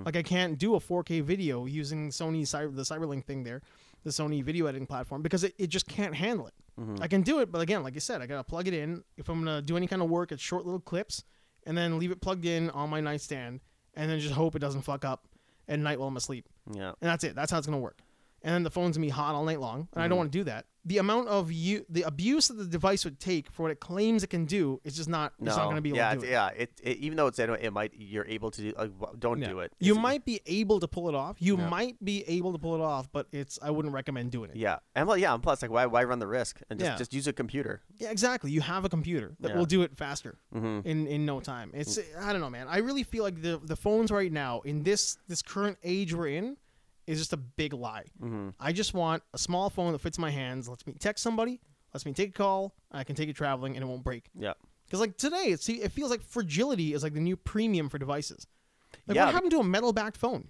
Like I can't do a 4K video using Sony Cyber, the CyberLink thing there, the Sony video editing platform because it, it just can't handle it. I can do it, but again, like you said, I gotta plug it in. If I'm gonna do any kind of work, it's short little clips, and then leave it plugged in on my nightstand, and then just hope it doesn't fuck up at night while I'm asleep Yeah. and that's it. That's how it's gonna work. And then the phone's gonna be hot all night long, and Mm-hmm. I don't want to do that. The amount of you, the abuse that the device would take for what it claims it can do, is just not. No. It's not gonna be able yeah. to do it's- it. Yeah. It, it even though it's I know it might you're able to do like w- don't Yeah. do it. You It's- might be able to pull it off. You might be able to pull it off, but it's. I wouldn't recommend doing it. Yeah. And well, yeah. And plus, like, why why run the risk and just Yeah. just use a computer? Yeah, exactly. You have a computer that Yeah. Mm-hmm. Mm. will do it faster in in no time. It's I don't know, man. I really feel like the the phones right now in this this current age we're in is just a big lie. Mm-hmm. I just want a small phone that fits my hands, lets me text somebody, lets me take a call, and I can take it traveling and it won't break. Yeah. Because like today, it see, it feels like fragility is like the new premium for devices. Like Yeah, what happened to a metal backed phone?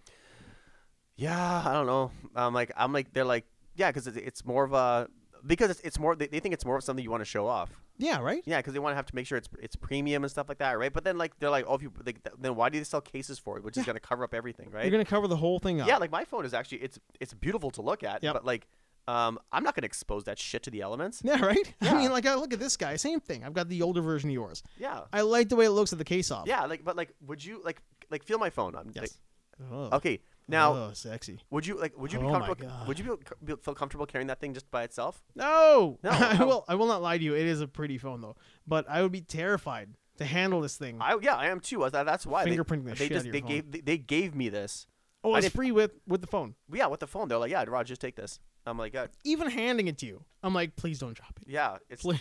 Yeah, I don't know. I'm like, I'm like, they're like, yeah, because it's, it's more of a because it's, it's more they, they think it's more of something you want to show off. Yeah, right? Yeah, because they want to have to make sure it's it's premium and stuff like that, right? But then like they're like, oh, if you like, th- then why do they sell cases for it, which is Yeah. gonna cover up everything, right? You're going to cover the whole thing up. yeah, like my phone is actually it's it's beautiful to look at, Yep. but like um, I'm not gonna expose that shit to the elements. Yeah, right? Yeah. I mean, like, I look at this guy. Same thing. I've got the older version of yours. Yeah, I like the way it looks at the case off. yeah, like but like would you like like feel my phone? I'm Yes. like, okay now. oh, sexy. Would you like? Would you be Oh my comfortable? God. Would you be- be, feel comfortable carrying that thing just by itself? No, No, I no. will. I will not lie to you. It is a pretty phone though, but I would be terrified to handle this thing. I yeah, I am too. I, that- that's why they, Fingerprinting the they shit out just of they your gave they, they gave me this. oh, I it's did- free with with the phone. Yeah, with the phone, they're like, yeah, Rod, just take this. I'm like, yeah, Even handing it to you, I'm like, please don't drop it. yeah it's Please.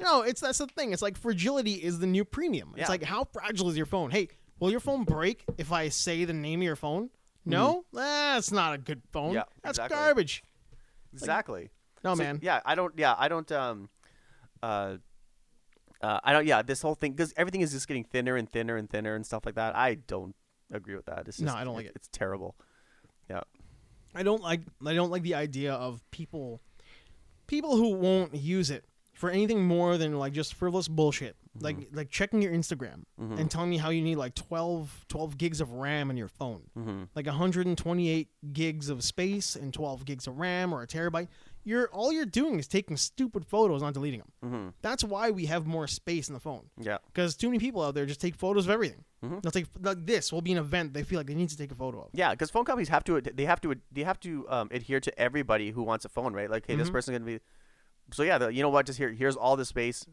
no, it's that's the thing. It's like fragility is the new premium. It's Yeah. like how fragile is your phone? Hey, will your phone break if I say the name of your phone? No, that's not a good phone. Mm-hmm. Yeah, that's exactly. garbage. exactly. No So, oh, man. Yeah, I don't. Yeah, I don't. Um, uh, uh, I don't. Yeah, this whole thing because everything is just getting thinner and thinner and thinner and stuff like that. I don't agree with that. It's No, just, I don't like it. It's terrible. Yeah. I don't like I don't like the idea of people people who won't use it for anything more than like just frivolous bullshit. Mm-hmm. Like like checking your Instagram and telling me how you need like 12, 12 gigs of RAM in your phone. Mm-hmm. Like 128 gigs of space and 12 gigs of RAM or a terabyte. You're all you're doing is taking stupid photos, not deleting them. That's why we have more space in the phone Mm-hmm. Yeah. because too many people out there just take photos of everything. Mm-hmm. They'll take like this will be an event they feel like they need to take a photo of. Yeah, because phone companies have to they have to they have to um, adhere to everybody who wants a phone, right? Like, hey, Mm-hmm. this person's gonna be. So yeah, the, you know what? Just here, here's all the space.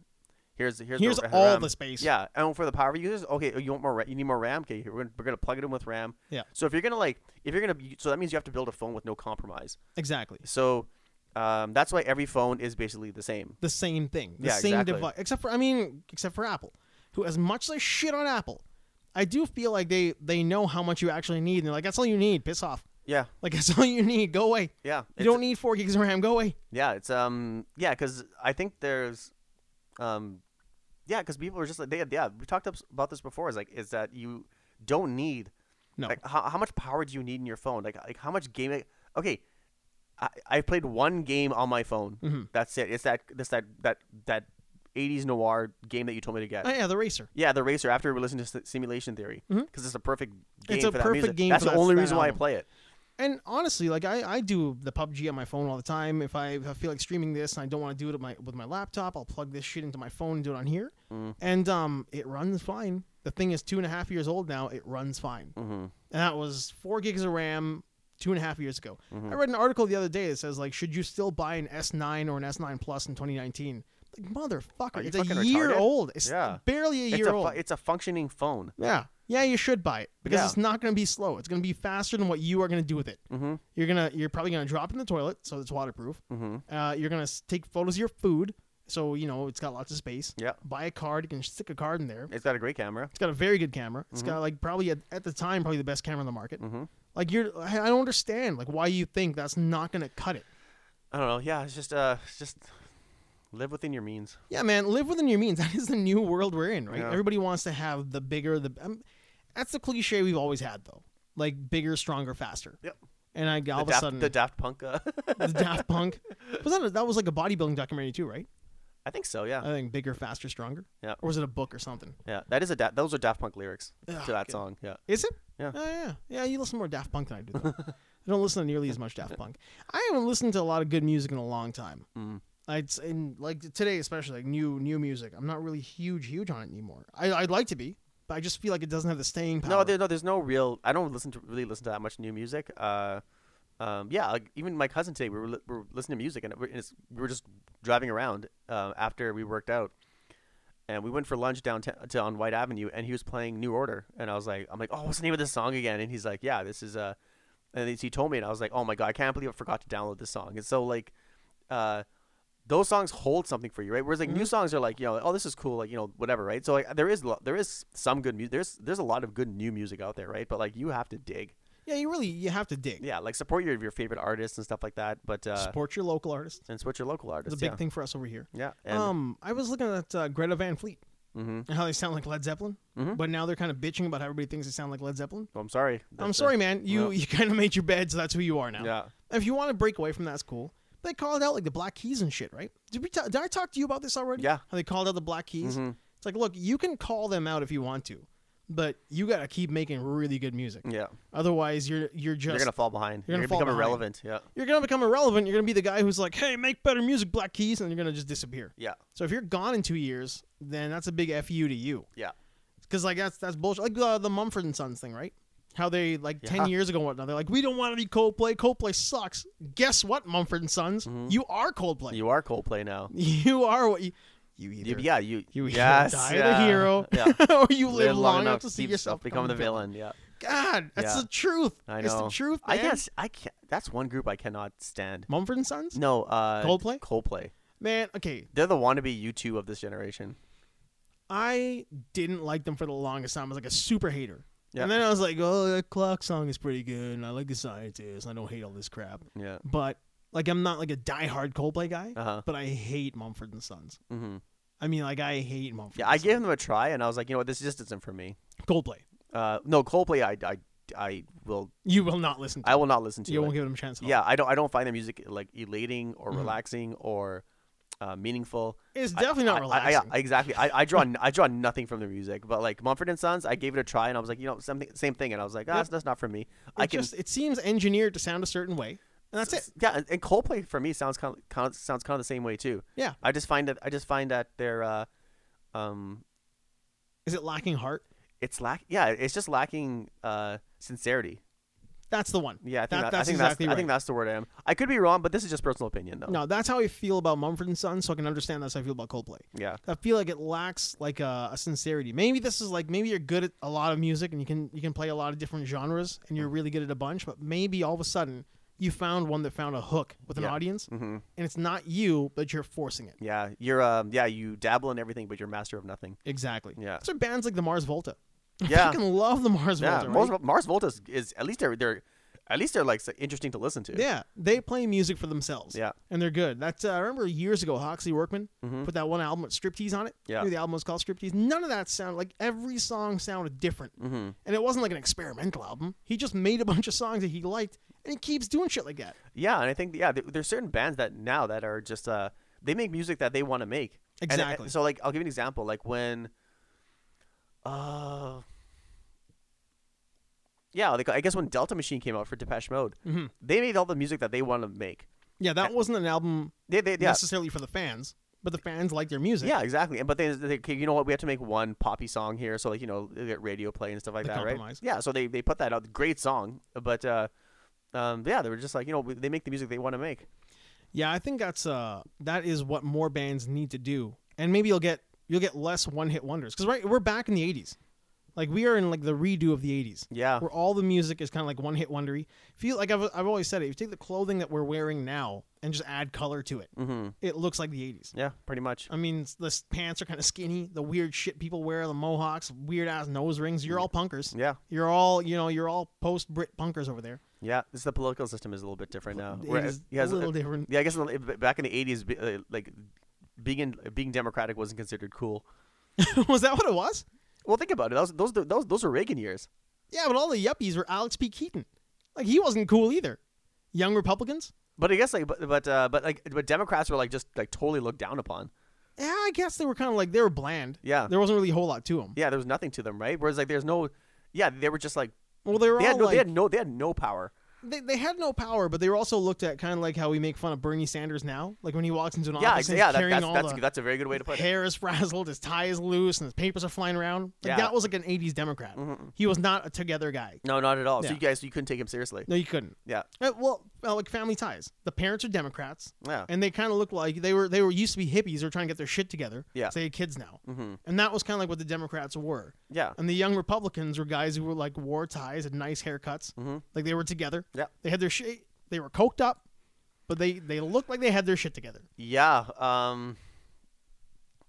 Here's here's, Here's the, all RAM. the space. Yeah, and for the power users, okay, you want more? Ra- you need more RAM? Okay, here, we're gonna, we're gonna plug it in with RAM. Yeah. So if you're gonna like, if you're gonna, so that means you have to build a phone with no compromise. Exactly. So um, that's why every phone is basically the same. the same thing, the Yeah, same exactly. device. Except for I mean, except for Apple, who as much as I shit on Apple, I do feel like they they know how much you actually need, and they're like, "That's all you need. Piss off. Yeah, Like that's all you need. Go away. yeah. You it's- don't need four gigs of RAM. Go away." Yeah, it's um yeah, because I think there's, um, yeah, because people are just like they yeah we talked up- about this before is like is that you don't need No. like how, how much power do you need in your phone like like how much gaming okay. I, I played one game on my phone. Mm-hmm. That's it. It's that this that that that 80s noir game that you told me to get. oh, yeah, the racer. Yeah, the racer. After we listened to S- Simulation Theory, because it's a perfect game It's a for that perfect music. game That's for the that- only that reason why I album. play it. And honestly, like I, I do the PUBG on my phone all the time. If I, if I feel like streaming this and I don't want to do it at my, with my laptop, I'll plug this shit into my phone and do it on here. Mm. And um, it runs fine. The thing is two and a half years old now. It runs fine. Mm-hmm. And that was four gigs of RAM two and a half years ago. Mm-hmm. I read an article the other day that says like, should you still buy an S9 or an S9 Plus in 2019? Like motherfucker, Are you it's a fucking year retarded? old. It's Yeah. barely a It's year a, old. fu- it's a functioning phone. Yeah. Yeah, you should buy it because Yeah. it's not going to be slow. It's going to be faster than what you are going to do with it. Mm-hmm. You're gonna, you're probably going to drop it in the toilet, so it's waterproof. Mm-hmm. Uh, you're going to take photos of your food, so you know it's got lots of space. Yeah. Buy a card. You can stick a card in there. It's got a great camera. It's got a very good camera. It's Mm-hmm. got like probably at, at the time probably the best camera on the market. Mm-hmm. Like you're, I I don't understand like why you think that's not going to cut it. I don't know. Yeah, it's just uh, it's just live within your means. Yeah, man, live within your means. That is the new world we're in, right? Yeah. Everybody wants to have the bigger, the. Um, that's the cliche we've always had, though. Like bigger, stronger, faster. Yep. And I all the, of a Daft, sudden, the Daft Punk. Uh, the Daft Punk was that? A, that was like a bodybuilding documentary too, right? I think so. Yeah, I think bigger, faster, stronger. Yeah. Or was it a book or something? yeah. That is a da- those are Daft Punk lyrics Ugh, to that good. song. Yeah. Is it? Yeah. Oh, yeah. Yeah. You listen more Daft Punk than I do. Though. I don't listen to nearly as much Daft Punk. I haven't listened to a lot of good music in a long time. Mm. I it's in like today especially like new new music. I'm not really huge huge on it anymore. I I'd like to be, but I just feel like it doesn't have the staying power. No, there, no, there's no real. I don't listen to really listen to that much new music. Uh, um, yeah, like, even my cousin today, we were, li- we were listening to music, and, it, and it's, we were just driving around uh, after we worked out, and we went for lunch downtown to, on White Avenue, and he was playing New Order, and I was like, I'm like, oh, what's the name of this song again? And he's like, yeah, this is uh, and he- he told me, and I was like, oh my god, I can't believe I forgot to download this song. And so like, uh, those songs hold something for you, right? Whereas like Mm-hmm. new songs are like, you know, oh, this is cool, like you know, whatever, right? So like, there is lo- there is some good music. There's there's a lot of good new music out there, right? But like, you have to dig. yeah, you really you have to dig. Yeah, like support your your favorite artists and stuff like that. But uh, Support your local artists. and support your local It's artists. a big yeah. thing for us over here. Yeah. And, um, I was looking at uh, Greta Van Fleet mhm. and how they sound like Led Zeppelin, Mm-hmm. but now they're kind of bitching about how everybody thinks they sound like Led Zeppelin. Well, I'm sorry. I'm That's, uh, sorry, man. You no. you kind of made your bed, so that's who you are now. Yeah. If you want to break away from that, that's cool. But They called out like the Black Keys and shit, right? Did we? Ta- did I talk to you about this already? Yeah. How they called out the Black Keys. Mhm. It's like, look, you can call them out if you want to, but you got to keep making really good music. Yeah. Otherwise, you're you're just Mm. You're gonna fall behind. You're gonna You're gonna, fall become behind. irrelevant. Yeah. you're gonna become irrelevant. You're gonna be the guy who's like, hey, make better music, Black Keys, and you're gonna just disappear. Yeah. So if you're gone in two years, then that's a big fu to you. Yeah. Because like that's that's bullshit. Like uh, the Mumford and Sons thing, right? How they like Yeah. ten years ago, and whatnot. They're like, we don't want to be Coldplay. Coldplay sucks. Guess what, Mumford and Sons, you are Coldplay. You, Mm-hmm. You are Coldplay now. are what you. You either You, yeah. You. you either yes, die yeah. the hero, Yeah. or you live, long, enough, to see deep yourself stuff become the villain. Yeah. God, that's Yeah. the truth. I It's the know. truth. I man. guess I can't. That's one group I cannot stand. Mumford and Sons. No. Uh, Coldplay? Coldplay. Man, okay, They're the wannabe U2 of this generation. I didn't like them for the longest time. I was like a super hater. Yeah. And then I was like, oh, that clock song is pretty good, and I like the scientist, and I don't hate all this crap. Yeah. But like, I'm not like a diehard Coldplay guy, Uh huh. but I hate Mumford and Sons. hmm I mean, like, I hate Mumford. Yeah. and I gave them a try, and I was like, you know what, this just isn't for me. Sons. Coldplay. Uh, no, Coldplay. I, I, I will. You will not listen to. I will not listen to. you it. won't give them a chance. At all. yeah i don't i don't find their music like elating or Mhm. relaxing or uh, meaningful it's definitely not I, I- I- relaxing. I- exactly I, I draw n- i draw nothing from their music but like mumford and sons i gave it a try and i was like you know something same thing and i was like ah, Yep. that's, that's not for me i it can just it seems engineered to sound a certain way, and that's it. yeah and- and coldplay for me sounds kind of, kind of sounds kind of the same way too Yeah. i just find that i just find that they're uh um Is it lacking heart? it's lack yeah it's just lacking uh sincerity That's the one. yeah i think That- that, that's i think exactly that's i think right. that's the word i am i could be wrong but this is just personal opinion though No, that's how I feel about Mumford and Sons, so I can understand that's how I feel about Coldplay. yeah I feel like it lacks like a, a sincerity. Maybe this is like maybe you're good at a lot of music and you can you can play a lot of different genres and Mm. you're really good at a bunch, but maybe all of a sudden you found one that found a hook with an Yeah. audience mm-hmm. and it's not you, but you're forcing it. Yeah, you're um yeah, you dabble in everything, but you're master of nothing. Exactly. Yeah. Those are bands like the Mars Volta. I Yeah. fucking love the Mars Yeah, Volta. Mars, right? Mars Volta is, is at least they're they're at least they're like s- interesting to listen to. Yeah, they play music for themselves. Yeah. and they're good. That's uh, I remember years ago, Hoxley Workman Mhm. put that one album with Striptease on it. Yeah. I knew the album was called Striptease. None of that sound like every song sounded different, Mm-hmm. and it wasn't like an experimental album. He just made a bunch of songs that he liked, and he keeps doing shit like that. Yeah, and I think yeah, there, there's certain bands that now that are just uh they make music that they want to make. And, uh, Exactly. so like I'll give you an example like when uh yeah, like I guess when Delta Machine came out for Depeche Mode, Mhm. they made all the music that they want to make. Yeah, that wasn't an album They, they, yeah, necessarily for the fans, but the fans like their music. Yeah, exactly. And but they, they okay, you know what? We have to make one poppy song here, so like you know, they get radio play and stuff like The that, compromise. right? Yeah. So they they put that out. Great song, but uh, um, yeah, they were just like you know we- they make the music they want to make. Yeah, I think that's uh that is what more bands need to do, and maybe you'll get you'll get less one hit wonders because right we're back in the '80s, like we are in like the redo of the '80s. Yeah. where all the music is kind of like one hit wondery. Feel like I've, I've always said it. If you take the clothing that we're wearing now and just add color to it, Mm-hmm. it looks like the '80s. Yeah. Pretty much. I mean, s- the s- pants are kind of skinny. The weird shit people wear, the mohawks, weird ass nose rings. You're all punkers. Mm. Yeah. You're all you know. You're all post Brit punkers over there. Yeah. It's the political system is a little bit different now. It whereas- is yeah, a it's- little different. uh, yeah, I guess in the- back in the eighties, uh, like being in, being democratic wasn't considered cool. was that what it was? Well, think about it. That was, those those those were Reagan years. Yeah, but all the yuppies were Alex P. Keaton. Like he wasn't cool either. Young Republicans. But I guess like but but uh, but like but Democrats were like just like totally looked down upon. Yeah, I guess they were kind of like they were bland. Yeah. There wasn't really a whole lot to them. Yeah, there was nothing to them, right? Whereas like there's no yeah, they were just like Well, they were they all had no like they had no they had no power. they, they had no power, but they were also looked at kind of like how we make fun of Bernie Sanders now. Like when he walks into an Yeah, office exa- and yeah, he's that, carrying that's all that's the that's a very good way to put it. hair is frazzled, his tie is loose, and his papers are flying around. Like Yeah. Mm-hmm. that was like an '80s Democrat. He was not a together guy. No, not at all. Yeah. So you guys you couldn't take him seriously. No, you couldn't. Yeah. Uh, well, uh, like family ties. The parents are Democrats, Yeah. and they kind of look like they were they were used to be hippies. They're trying to get their shit together. Yeah. so they had kids now, hmm and that was kind of like what the Democrats were. Yeah. And the young Republicans were guys who were like wore ties and nice haircuts. Mhm. Like they were together. Yeah. They had their shit. They were coked up, but they they looked like they had their shit together. Yeah. Um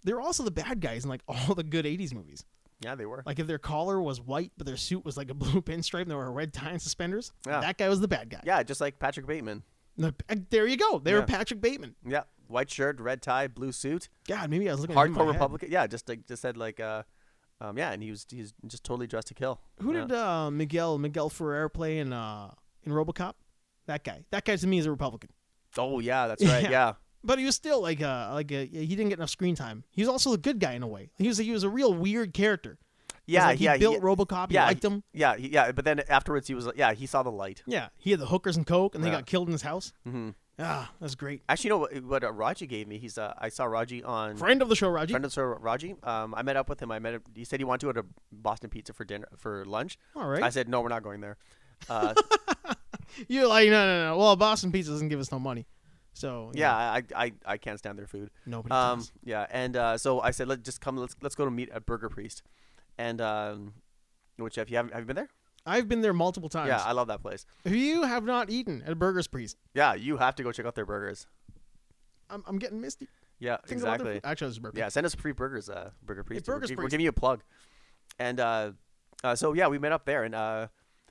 They were also the bad guys in like all the good '80s movies. yeah, they were. Like if their collar was white but their suit was like a blue pinstripe and there were a red tie and suspenders, Yeah. that guy was the bad guy. Yeah, just like Patrick Bateman. The- uh, there you go. They were Yeah. Patrick Bateman. Yeah. White shirt, red tie, blue suit, God, maybe I was looking at him in my hardcore head. Republican. Yeah, just like just said like uh um yeah, and he was he's just totally dressed to kill. Who Yeah. did uh, Miguel Miguel Ferrer play in uh, in RoboCop? That guy. That guy to me is a Republican. Oh yeah, that's right. Yeah. Yeah. But he was still like a like a he didn't get enough screen time. He was also a good guy in a way. He was he was a real weird character. 'Cause, Yeah, like, he yeah, built yeah, RoboCop. yeah, he liked him. Yeah, he- yeah, but then afterwards he was like, yeah, he saw the light. Yeah, he had the hookers and coke, and they Yeah. got killed in his house. Mhm. Ah, that's great. Actually, you know what, what uh, Raji gave me? He's uh, I saw Raji on Friend of the show, Raji. friend of the show, Raji. Um, I met up with him. I met. Him, he said he wanted to go to Boston Pizza for dinner for lunch. All right. I said no, we're not going there. Uh, You're like no, no, no. Well, Boston Pizza doesn't give us no money, so you yeah, know, I, I I can't stand their food. nobody. Um, does. yeah, and uh, so I said, let's just come. Let's let's go to meet at Burger Priest, and um, which if you haven't have you been there? I've been there multiple times. Yeah, I love that place. if you have not eaten at Burgers Priest, Yeah, you have to go check out their burgers. I'm, I'm getting misty. Yeah, Think about exactly. Their, food. actually, it was Burger. Yeah, send us free burgers, uh, Burger Priest. We're Burgers gi- we're, Priest. giving you a plug. And uh, uh, so yeah, we met up there, and uh,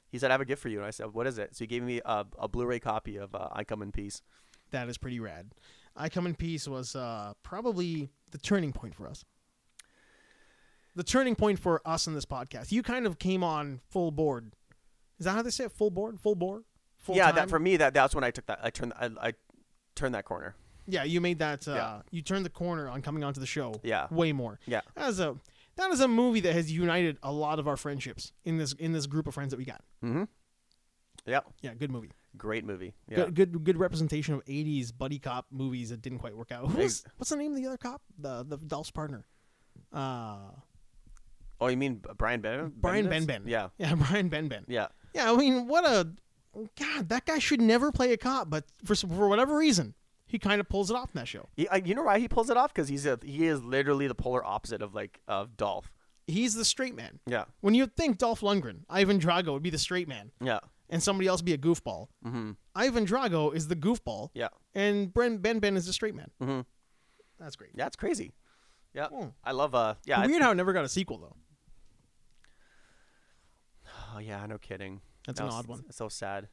he said, "I have a gift for you." And I said, "What is it?" So he gave me a, a Blu-ray copy of uh, "I Come in Peace." That is pretty rad. I Come in Peace was uh, probably the turning point for us. The turning point for us in this podcast. You kind of came on full board. Is that how they say it? Full board? Full bore? Full yeah, time? that for me, that that's when I took that. I turned, I, I turned that corner. Yeah, you made that. Uh, Yeah. You turned the corner on coming onto the show. Yeah. way more. Yeah. that is a that is a movie that has united a lot of our friendships in this in this group of friends that we got. Mm-hmm. Yeah, Yeah, good movie. great movie. Yeah, Good, good good representation of '80s buddy cop movies that didn't quite work out. Who was, Ex- what's the name of the other cop? The the Dolph's partner. Uh, Oh, you mean B- Brian Ben? Brian Ben Bendis? Ben. Yeah, yeah, Brian Ben Ben. yeah. Yeah, I mean, what a God! That guy should never play a cop, but for s- for whatever reason, he kind of pulls it off in that show. He, I, you know why he pulls it off? Because he's a, he is literally the polar opposite of like of Dolph. He's the straight man. Yeah, When you'd think Dolph Lundgren, Ivan Drago would be the straight man, yeah, and somebody else be a goofball. Mhm. Ivan Drago is the goofball, yeah, and Ben Ben Ben is the straight man. Mhm. That's great. yeah. It's crazy. Yeah, Hmm. I love. Uh, yeah, I- Weird how it never got a sequel though. Oh yeah, no kidding. That's That an was odd one. s- So sad.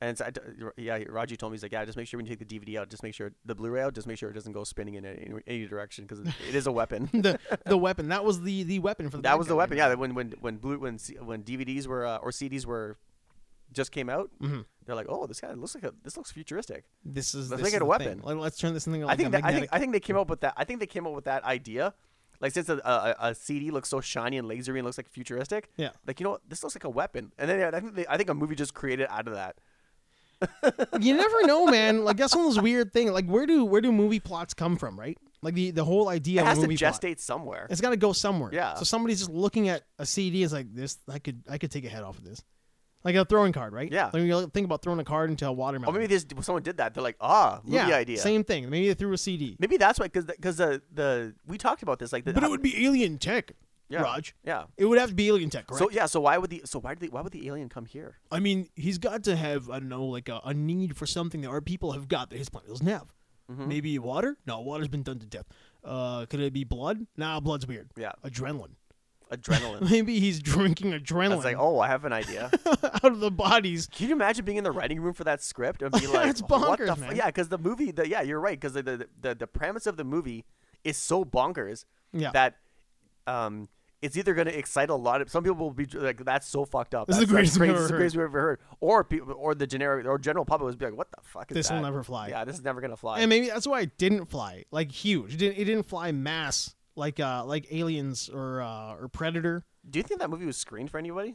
And it's, I d- r- yeah, Raji told me he's like, yeah, just make sure when you take the DVD out, just make sure the Blu-ray out, just make sure it doesn't go spinning in any, any direction because it is a weapon. the the weapon that was the the weapon for the that bad was the guy, weapon. right? Yeah, when when when blue when C- when DVDs were uh, or CDs were just came out, Mhm. they're like, oh, this guy looks like a, this looks futuristic. This is Let's this make is it a the thing. weapon. Like, let's turn this thing. Into like I think a that, I think magnetic- I think they came up with that. I think they came up with that idea. Like since a, a, a- a CD looks so shiny and lasery and looks like futuristic, Yeah. Like you know, what? this looks like a weapon. And then yeah, I think they, I think a movie just created out of that. you never know, man. Like that's one of those weird things. Like where do where do movie plots come from, right? Like the the whole idea It of has a to movie plot. gestate somewhere. It's got to go somewhere. Yeah. So somebody's just looking at a CD. Is like this. I could I could take a head off of this. Like a throwing card, right? Yeah. Like when you think about throwing a card into a Or watermelon. maybe this someone did that. They're like, ah, movie yeah. idea. Same thing. Maybe they threw a CD. Maybe that's why, because because the, the we talked about this like the But it would be alien tech, yeah, Raj. yeah. It would have to be alien tech, correct? So yeah, so why would the so why did they, why would the alien come here? I mean, he's got to have I don't know, like a, a need for something that our people have got that his planet doesn't have. Mm-hmm. Maybe water? No, water's been done to death. Uh, could it be blood? Nah, blood's weird. Yeah, Adrenaline. adrenaline. Maybe he's drinking I adrenaline was like, oh, I have an idea. out of the bodies. Can you imagine being in the writing room for that script and be like, It's what bonkers, the man. F-? Yeah, because the movie, the, yeah, you're right, because the, the the the premise of the movie is so bonkers Yeah. that um. It's either going to excite a lot of some people will be j- like that's so fucked up. This is the That's- that's greatest we've crazy. ever This is the heard." greatest we've ever heard. Or people, or the generic or general public would be like, what the fuck is This that? will never fly. Yeah, this is never gonna fly. And maybe that's why it didn't fly like huge. It didn't, it didn't fly mass like uh like aliens or uh or predator. Do you think that movie was screened for anybody?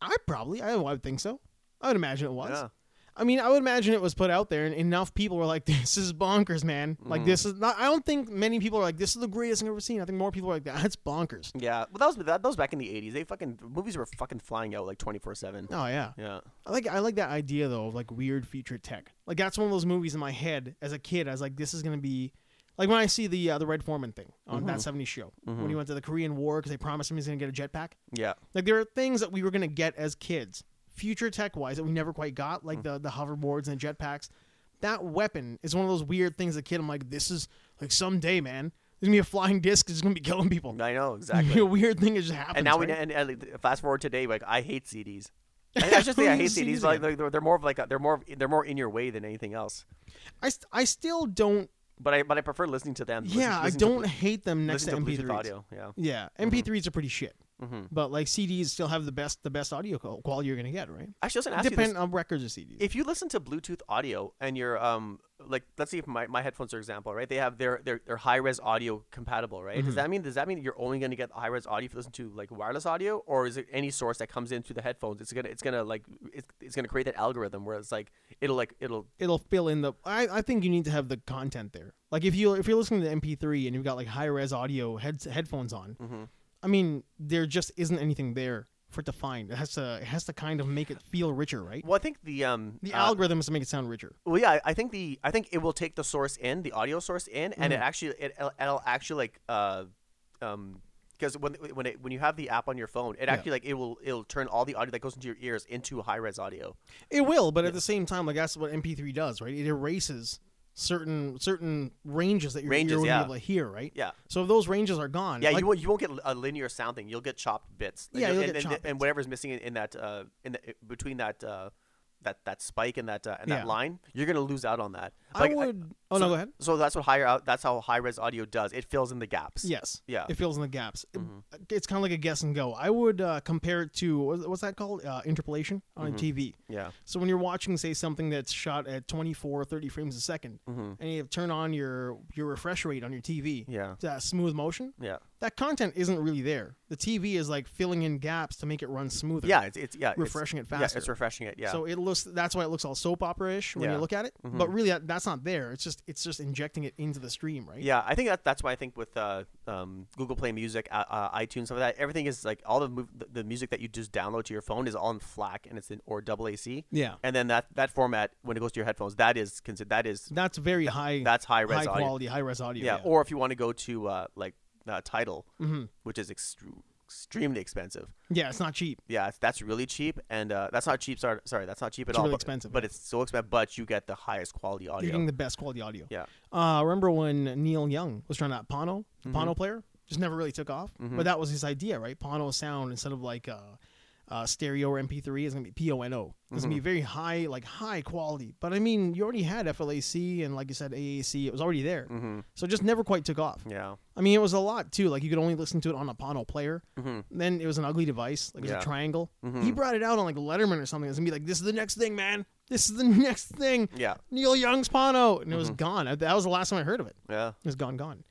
I probably I would think so. I would imagine it was. Yeah. I mean, I would imagine it was put out there, and enough people were like, "This is bonkers, man!" Like, this is not. I don't think many people are like, "This is the greatest thing I've ever seen." I think more people are like, "That's bonkers." Yeah. Well, that was that, that was back in the '80s. They fucking movies were fucking flying out like 24 seven. Oh yeah, Yeah. I like I like that idea though of like weird future tech. Like that's one of those movies in my head as a kid. I was like, "This is gonna be." Like when I see the uh, the Red Foreman thing on that '70s show when he went to the Korean War because they promised him he's gonna get a jetpack. Yeah. Like there are things that we were gonna get as kids, future tech wise, that we never quite got, Hmm. like the the hoverboards and jetpacks. That weapon is one of those weird things. As a kid, I'm like, this is like someday, man. There's gonna be a flying disc. It's gonna be killing people. I know a exactly. weird thing that just happens. and now we right? and, and like, fast forward today, like I hate CDs. I, I should say I Who hate uses CDs. CDs but, again? like, they're, they're more of like a, they're more they're more in your way than anything else. I, st- I still don't. But I but I prefer listening to them. Listen- Yeah, I listen to don't Blu- hate them next listen to Bluetooth MP3s. audio. Yeah. Yeah, MP3s are pretty shit. Mm-hmm. But like CDs still have the best the best audio qual- quality you're gonna get, right? Actually, I was gonna ask you this. Depending on records or CDs. if you listen to Bluetooth audio and you're um like let's see if my, my headphones are example right they have their their, their high res audio compatible right Mm-hmm. does that mean does that mean you're only going to get high res audio if you listen to like wireless audio or is it any source that comes into the headphones it's gonna it's gonna like it's, it's gonna create that algorithm where it's like it'll like it'll It'll fill in the. I, I think you need to have the content there. Like if you if you're listening to MP3 and you've got like high res audio heads headphones on, Mhm. I mean there just isn't anything there for it to find. It has to it has to kind of make it feel richer, right? well I think the um The uh, algorithm has to make it sound richer. well yeah I- I think the I think it will take the source in the audio source in and it Mm-hmm. actually it it'll- it'll actually like uh um. Because when when it, when you have the app on your phone, it actually like it will it'll turn all the audio that goes into your ears into high res audio. It will, but at the same time, like that's what MP3 does, right? It erases certain certain ranges that your Ranges, ear would yeah. be able to hear, right? Yeah. So if those ranges are gone, Yeah, like- you won't you won't get a linear sound thing. You'll get chopped bits. Yeah, you'll- you'll and, get and- chopped and bits. whatever's missing in, in that uh, in the, between that uh, that that spike and that uh, and Yeah. that line, you're gonna lose out on that. I Like, would. oh so, no, go ahead. So that's what higher out. That's how high res audio does. It fills in the gaps. Yes. Yeah. Mm-hmm. It fills in the gaps. It- it's kind of like a guess and go. I would uh, compare it to what's what's that called? Uh, interpolation on Mm-hmm. a TV. Yeah. So when you're watching, say something that's shot at 24, 30 frames a 2nd and you turn on your your refresh rate on your TV, Mm-hmm. Yeah. to that smooth motion, Yeah. that content isn't really there. The TV is like filling in gaps to make it run smoother. Yeah. It's, it's yeah. it's- Refreshing it Yeah, it's faster. refreshing it. Yeah. So it looks that's why it looks all soap opera-ish when Yeah. Mm-hmm. you look at it. But really that, that's not there. It's just it's just injecting it into the stream, right? Yeah, I think that that's why I think with uh, um, Google Play Music, uh, uh, iTunes, some of that, everything is like all the mov- the- the music that you just download to your phone is all in FLAC and it's in or AC. Yeah. and then that that format when it goes to your headphones, that is considered that is That's very high that's high res high audio. quality, high res audio. yeah. or if you want to go to uh, like uh, title, Mm-hmm. which is extru- extremely expensive. Yeah, it's not cheap. Yeah, it's- that's really cheap, and uh, that's not cheap. Sorry, sorry, that's not cheap at It's all. really but, expensive, but it's so expensive. But you get the highest quality You're audio. getting the best quality audio. yeah, Uh, remember when Neil Young was trying that Pono, Mm-hmm. the Pono player? Just never really took off. But that was his idea, right? Pono sound instead of like uh, uh, stereo or MP3 is gonna be P O N O. It's Mm-hmm. gonna be very high, like high quality. But I mean, you already had FLAC and like you said AAC, it was already there. So it just never quite took off. Mm-hmm. yeah. I mean, it was a lot too. Like you could only listen to it on a Pono player. Then it was an ugly device, like it was Mm-hmm. Yeah. Mm-hmm. a triangle. He brought it out on like Letterman or something. It's gonna be like, this is the next thing, man. This is the next thing. Yeah. Neil Young's Pono, and it was gone. I- That was the last time I heard of it. Yeah. It was gone, gone.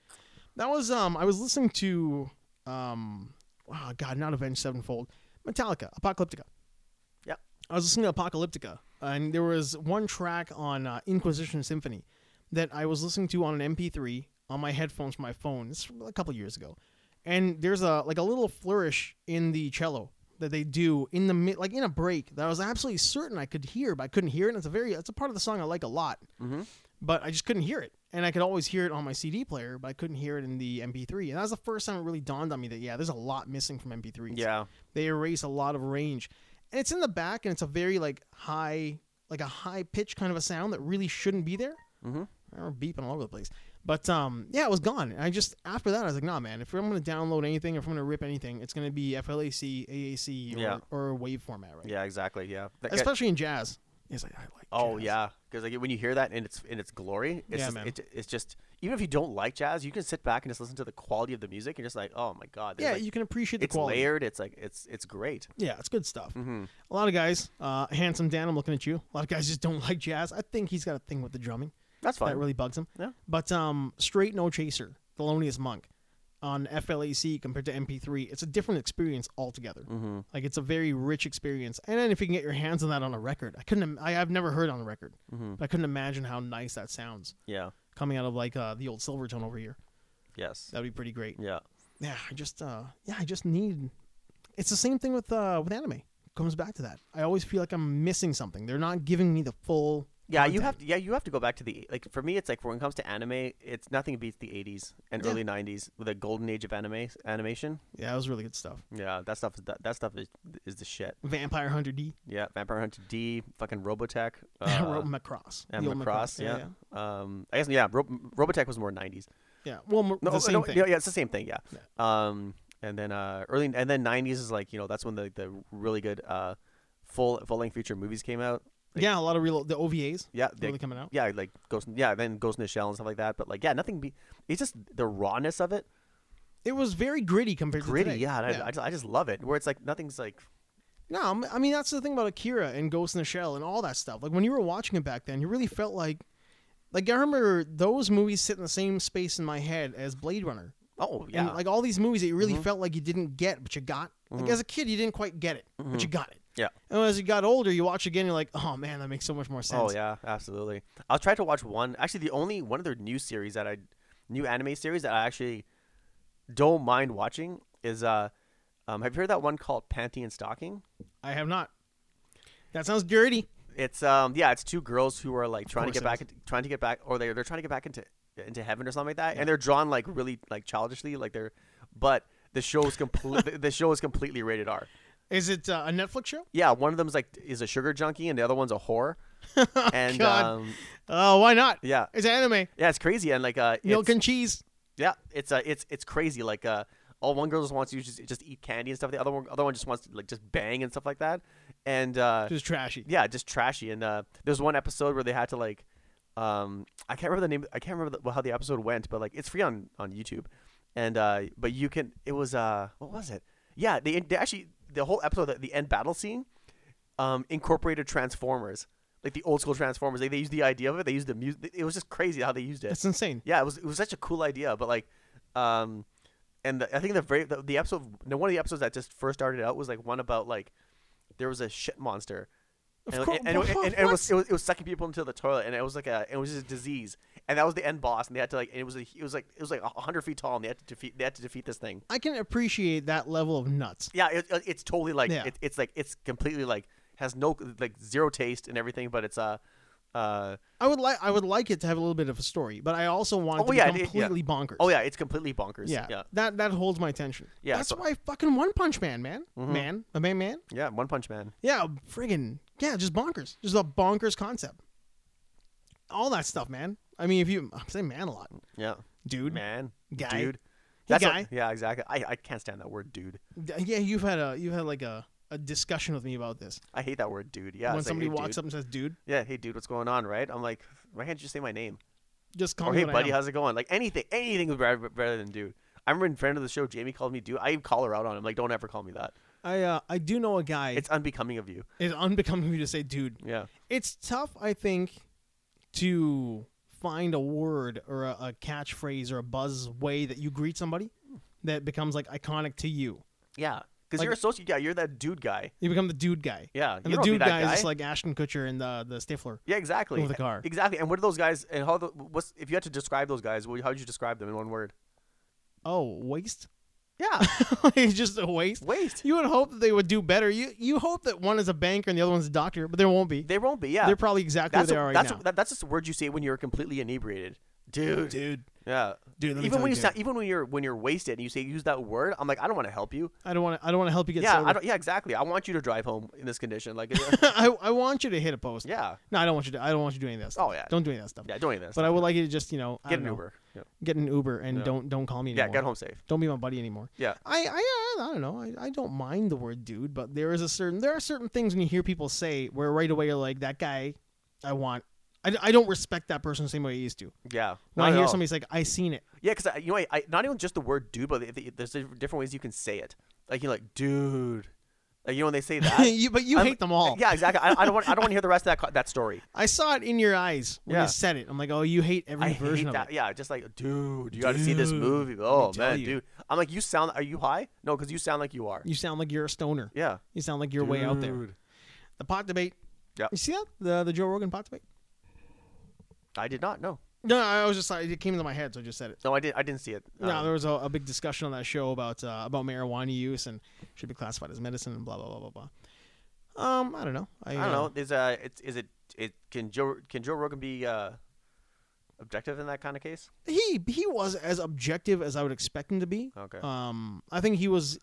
That was um. I was listening to um. Oh God, not Avenged Sevenfold, Metallica, Apocalyptica. Yep. I was listening to Apocalyptica, and there was one track on uh, Inquisition Symphony that I was listening to on an MP3 on my headphones from my phone. This was a couple years ago, and there's a like a little flourish in the cello that they do in the mid, like in a break that I was absolutely certain I could hear, but I couldn't hear it. And it's a very it's a part of the song I like a lot, mm-hmm. but I just couldn't hear it. And I could always hear it on my CD player, but I couldn't hear it in the MP3. And that was the first time it really dawned on me that yeah, there's a lot missing from MP3s Yeah. they erase a lot of range and it's in the back and it's a very like high like a high pitch kind of a sound that really shouldn't be there mm-hmm. i remember beeping all over the place but um yeah it was gone and i just after that i was like nah man if i'm gonna download anything if i'm gonna rip anything it's gonna be flac aac or, Yeah. or wave format right Yeah. Exactly. Yeah. That- especially in jazz it's like, I like Oh jazz. yeah, because like when you hear that in its in its glory, it's Yeah, just, man. It, it's just even if you don't like jazz, you can sit back and just listen to the quality of the music and just like, oh my god, there's, yeah like- you can appreciate the it's quality layered. Mm-hmm. It's like it's it's great. Yeah, it's good stuff. A lot of guys, uh, handsome Dan, I'm looking at you. A lot of guys just don't like jazz. I think he's got a thing with the drumming. That's fine. That really bugs him. Yeah. But um, straight no chaser, Thelonious Monk, on FLAC compared to MP3, it's a different experience altogether. Hmm. Mm-hmm. Like it's a very rich experience. And then if you can get your hands on that on a record, I couldn't. im- I, I've never heard on a record. Mm-hmm. But I couldn't imagine how nice that sounds Yeah. coming out of like uh, the old Silvertone over here. Yes. That'd be pretty great. Yeah. Yeah, I just uh yeah, I just need it's the same thing with uh with anime. Comes back to that. I always feel like I'm missing something. They're not giving me the full Yeah, you content. have to. Yeah, you have to go back to the like. For me, it's like when it comes to anime, it's nothing beats the '80s and Yeah. early '90s with the golden age of anime animation. Yeah, that was really good stuff. Yeah, that stuff. is- That, that stuff is is the shit. Vampire Hunter D, Yeah, Vampire Hunter D, fucking Robotech, uh, uh, Macross. and The old Macross. Yeah. yeah. Um, I guess yeah. Ro- Robotech was more '90s. yeah. Well, m- No, the same no, thing. Yeah, yeah, it's the same thing. Yeah. Um, and then uh, early and then '90s is like you know that's when the the really good uh, full full length feature movies came out. Like, yeah, a lot of real the OVAs Yeah. really like- coming out. yeah, like Ghost. Yeah, then Ghost in the Shell and stuff like that. But like, yeah, nothing. Be, it's just the rawness of it. It was very gritty compared Gritty, to today. yeah. and I, I, just, I just love it. Where it's like nothing's like No, I'm- I mean that's the thing about Akira and Ghost in the Shell and all that stuff. Like when you were watching it back then, you really felt like, like I remember those movies sit in the same space in my head as Blade Runner. oh yeah. Mm-hmm. And like all these movies that you really felt like you didn't get, but you got. Like as a kid, you didn't quite get it, but you got it. Mm-hmm. Yeah. And as you got older, you watch again, you're like, oh man, that makes so much more sense. Oh yeah, absolutely. I was trying to watch one. Actually, the only one of their new series that I, new anime series that I actually don't mind watching is uh, um, have you heard that one called Panty and Stocking? I have not. That sounds dirty. It's um, yeah, it's two girls who are like trying to course get it back, into, trying to get back, or they they're trying to get back into into heaven or something like that, and they're drawn like really like childishly, like they're, but the show is complete. the show is completely rated R. Is it uh, a Netflix show? Yeah, one of them's like is a sugar junkie, and the other one's a whore. and God. um, Oh, why not? yeah, It's anime. yeah, it's crazy, and like uh, Milk it's- and cheese. Yeah, it's uh, it's it's crazy. Like uh, all one girl just wants you to just just eat candy and stuff. The other one, other one just wants to like just bang and stuff like that. And uh, Just trashy. yeah, just trashy. And uh, there's one episode where they had to like, um, I can't remember the name. I can't remember the, how the episode went, but like it's free on on YouTube. And uh, but you can. It was uh, what was it? Yeah, they, they actually the whole episode, the, the end battle scene, um, incorporated Transformers, like the old school Transformers. Like they used the idea of it. They used the music. It was just crazy how they used it. That's insane. Yeah, it was it was such a cool idea, but like, um, and the, I think the very the, the episode the, one of the episodes that just first started out was like one about like there was a shit monster. Of and, cour- and, and, and- and it what? was it was it was sucking people into the toilet, and it was like a it was just a disease, and that was the end boss, and they had to like it was a, it was like it was like hundred feet tall, and they had to defeat they had to defeat this thing. I can appreciate that level of nuts. Yeah, it, it- it's totally like Yeah. it, it's like it's completely like has no like zero taste and everything, but it's uh uh I would like I would like it to have a little bit of a story, but I also want it Oh, to yeah, it- be yeah. completely bonkers. oh yeah, it's completely bonkers. Yeah. yeah, That that holds my attention. Yeah, That's so- Mm-hmm. why fucking One Punch Man, man. Man. A man man? yeah. One Punch Man. Yeah, friggin' yeah, just bonkers. Just a bonkers concept. All that stuff, man. I mean if you I'm saying man a lot. Yeah, Dude. man, Guy. dude. Hey, That's guy. what- yeah, exactly. I, I can't stand that word, dude. D- Yeah, you've had a you've had like a, a discussion with me about this. I hate that word, dude. Yeah, when it's like, somebody hey, walks dude. up and says, dude, Yeah, hey, dude, what's going on? Right? I'm like, why can't you just say my name? just call Or me. Oh, hey, what I buddy, am." how's it going? Like anything, anything would rather, rather than dude. I remember in friend of the show, Jamie called me dude. I even call her out on him. Like, don't ever call me that. I uh, I do know a guy. It's, It's unbecoming of you. unbecoming of you to say dude. Yeah. It's tough, I think, to find a word or a, a catchphrase or a buzz way that you greet somebody that becomes like iconic to you. Yeah. Because Like- you're a social guy. You're that dude guy. You become the dude guy. Yeah. And you the don't be dude that guy, is just like Ashton Kutcher and the the Stifler. yeah, exactly. with a car. Exactly. And what are those guys? And how? The, what's if you had to describe those guys? How would you describe them in one word? Oh, waste. Yeah. it's just a waste. Waste. You would hope that they would do better. You you hope that one is a banker and the other one's a doctor, but there won't be. They won't be. Yeah. They're probably exactly that's where they a- are right that's now. a- that- that's just a word you say when you're completely inebriated, dude. dude, Yeah, Dude, let me even tell when you, you dude. sound, even when you're when you're wasted and you say use that word, I'm like, I don't want to help you. I don't want to. I don't want to help you get yeah, sober. I don't, yeah, exactly. I want you to drive home in this condition. Like, I, I want you to hit a post. yeah, No, I don't want you to. I don't want you doing that. Stuff. Oh, yeah. Don't do any of that stuff. yeah, doing this. But I would like you to just you know I get don't an know, Uber. Yeah, Get an Uber and Yeah. don't don't call me yeah anymore. get home safe. Don't be my buddy anymore. Yeah, I I, I don't know. I, I don't mind the word dude, but there is a certain there are certain things when you hear people say where right away you're like that guy, I want. I, I don't respect that person the same way I used to. yeah. When Not I at hear all. somebody's like I seen it. Yeah, because you know, I, I not even just the word dude, but the, the, there's different ways you can say it. Like you're like dude, like you know when they say that. you, but you I'm- hate them all. Yeah, exactly. I, I don't want. I don't want to hear the rest of that co- that story. I saw it in your eyes when Yeah. you said it. I'm like, oh, you hate every I version hate of that. it. Yeah, just like, dude, you got to see this Dude, movie. let me Oh tell man, you. dude, I'm like, you sound. Are you high? No, because you sound like you are. You sound like you're a stoner. Yeah, You sound like you're way out there. Dude. The pot debate. Yeah. You see that the the Joe Rogan pot debate? I did not. No, No, I was just it came into my head, so I just said it. no, I did. I didn't see it. No, Um, there was a, a big discussion on that show about uh, about marijuana use and should be classified as medicine and blah blah blah blah blah. Um, I don't know. I, I don't uh, know. Is uh, it's is it it can Joe can Joe Rogan be uh, objective in that kind of case? He he was as objective as I would expect him to be. Okay. Um, I think he was.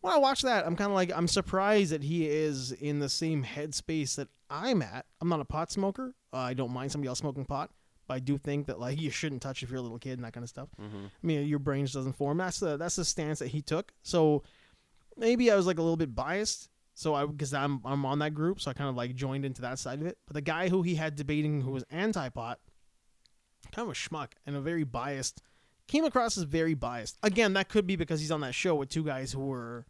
When I watch that, I'm kind of like I'm surprised that he is in the same headspace that I'm at. I'm not a pot smoker. Uh, I don't mind somebody else smoking pot, but I do think that like you shouldn't touch if you're a little kid and that kind of stuff. I mean, your brain just doesn't form. That's the that's the stance that he took. So maybe I was like a little bit biased. So I because I'm I'm on that group, so I kind of like joined into that side of it. But the guy who he had debating who was anti pot, kind of a schmuck and a very biased came across as very biased. Again, that could be because he's on that show with two guys who were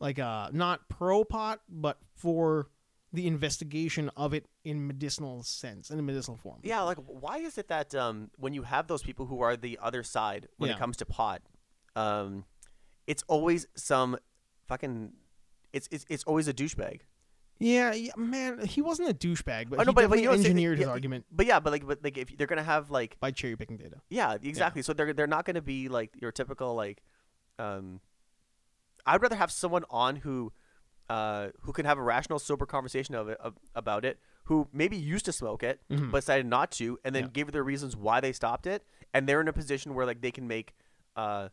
like uh not pro pot, but for the investigation of it in medicinal sense, in a medicinal form. Yeah, like why is it that um, when you have those people who are the other side when Yeah. it comes to pot, um, it's always some fucking, it's it's, it's always a douchebag. Yeah, yeah, man, he wasn't a douchebag, but Oh, no, he but- but definitely you know what I'm saying? engineered his Yeah, argument But yeah, but like but like if they're gonna have like by cherry picking data. yeah exactly, so they're they're not gonna be like your typical like, um, I'd rather have someone on who, uh, who can have a rational, sober conversation of it of, about it. Who maybe used to smoke it, Mhm. but decided not to, and then Yeah. give their reasons why they stopped it, and they're in a position where like they can make, uh,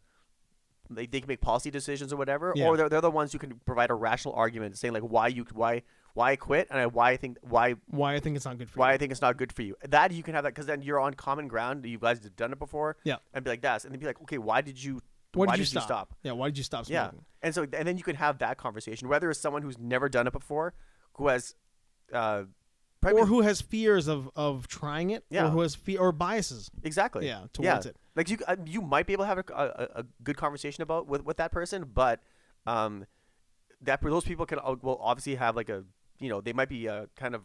they, they can make policy decisions or whatever, Yeah. or they're, they're the ones who can provide a rational argument saying like why you why why I quit and I, why I think why Why I think it's not good for why I you. think it's not good for you. That you can have that because then you're on common ground. You guys have done it before, Yeah. and be like that's, and then be like okay, why did you Why, why did, you, stop? stop? Yeah, why did you stop Yeah, smoking? and so and then you can have that conversation. Whether it's someone who's never done it before, who has, uh, probably Or who has fears of of trying it, or Yeah. who has fear or biases. exactly Yeah, towards it. Like you, uh, you might be able to have a, a, a good conversation about with, with that person, but um, that those people can uh, will obviously have like a you know they might be uh, kind of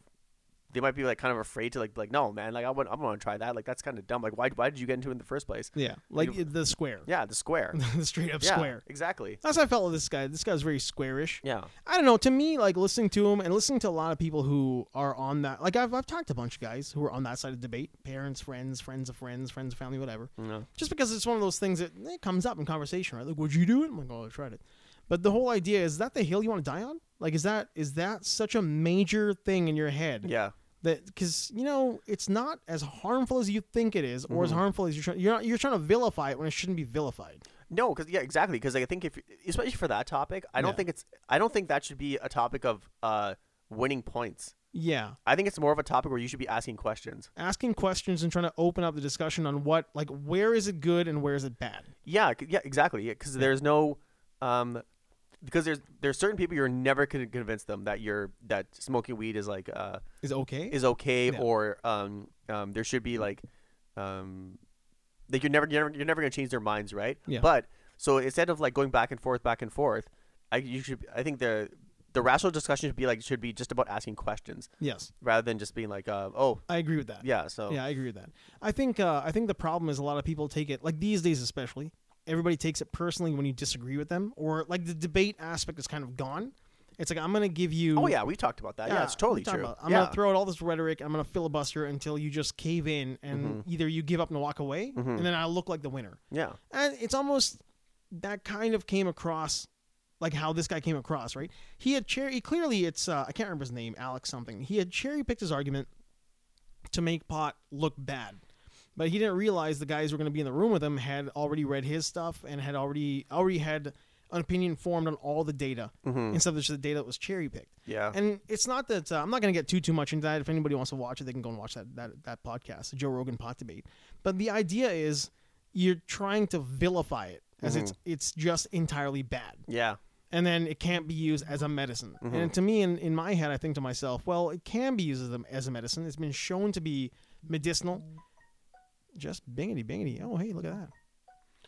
they might be like kind of afraid to like like no man like I want I want to try that like that's kind of dumb like why why did you get into it in the first place? Yeah, like You- the square, Yeah, the square. the straight up yeah, square. Exactly. That's how I felt with this guy. This guy's very squarish. Yeah. I don't know. To me, like listening to him and listening to a lot of people who are on that, like I've, I've talked to a bunch of guys who are on that side of debate parents, friends, friends of friends, friends of family, whatever. No. Just because it's one of those things that it comes up in conversation, right? Like, would you do it? I'm like, oh, I tried it. But the whole idea is that the hill you want to die on? Like, is that is that such a major thing in your head? Yeah. That because you know it's not as harmful as you think it is, or as harmful as you're trying. You're not, you're trying to vilify it when it shouldn't be vilified. No, because yeah, exactly. Because I think if especially for that topic, I don't Yeah. think it's I don't think that should be a topic of uh winning points. Yeah. I think it's more of a topic where you should be asking questions. asking questions and trying to open up the discussion on what like where is it good and where is it bad Yeah, c- yeah, exactly. Because there's no, um, because there's there's certain people you're never gonna convince them that you're that smoking weed is like uh is it okay is okay Yeah. or um um there should be like um like you're never you're never, you're never gonna change their minds, right? Yeah. But so instead of like going back and forth, back and forth, I you should I think the the rational discussion should be like should be just about asking questions yes rather than just being like uh, oh i agree with that yeah so yeah i agree with that i think uh, i think the problem is a lot of people take it like these days especially everybody takes it personally when you disagree with them or like the debate aspect is kind of gone it's like i'm gonna give you oh yeah we talked about that yeah, it's what are you totally talking true about? i'm yeah. gonna throw out all this rhetoric i'm gonna filibuster until you just cave in and Mm-hmm. either you give up and walk away and then i look like the winner yeah and it's almost that kind of came across like how this guy came across right he had cherry clearly it's uh, i can't remember his name alex something he had cherry picked his argument to make pot look bad but he didn't realize the guys who were going to be in the room with him had already read his stuff and had already already had an opinion formed on all the data Mm-hmm. instead of just the data that was cherry picked yeah and it's not that uh, I'm not going to get too too much into that. If anybody wants to watch it, they can go and watch that that that podcast, the Joe Rogan Pot Debate. But the idea is you're trying to vilify it as it's Mm-hmm. it's just entirely bad, yeah and then it can't be used as a medicine. Mm-hmm. And to me, in in my head, I think to myself, well, it can be used as a, as a medicine. It's been shown to be medicinal. Just bingity bingity. Oh hey, look at that.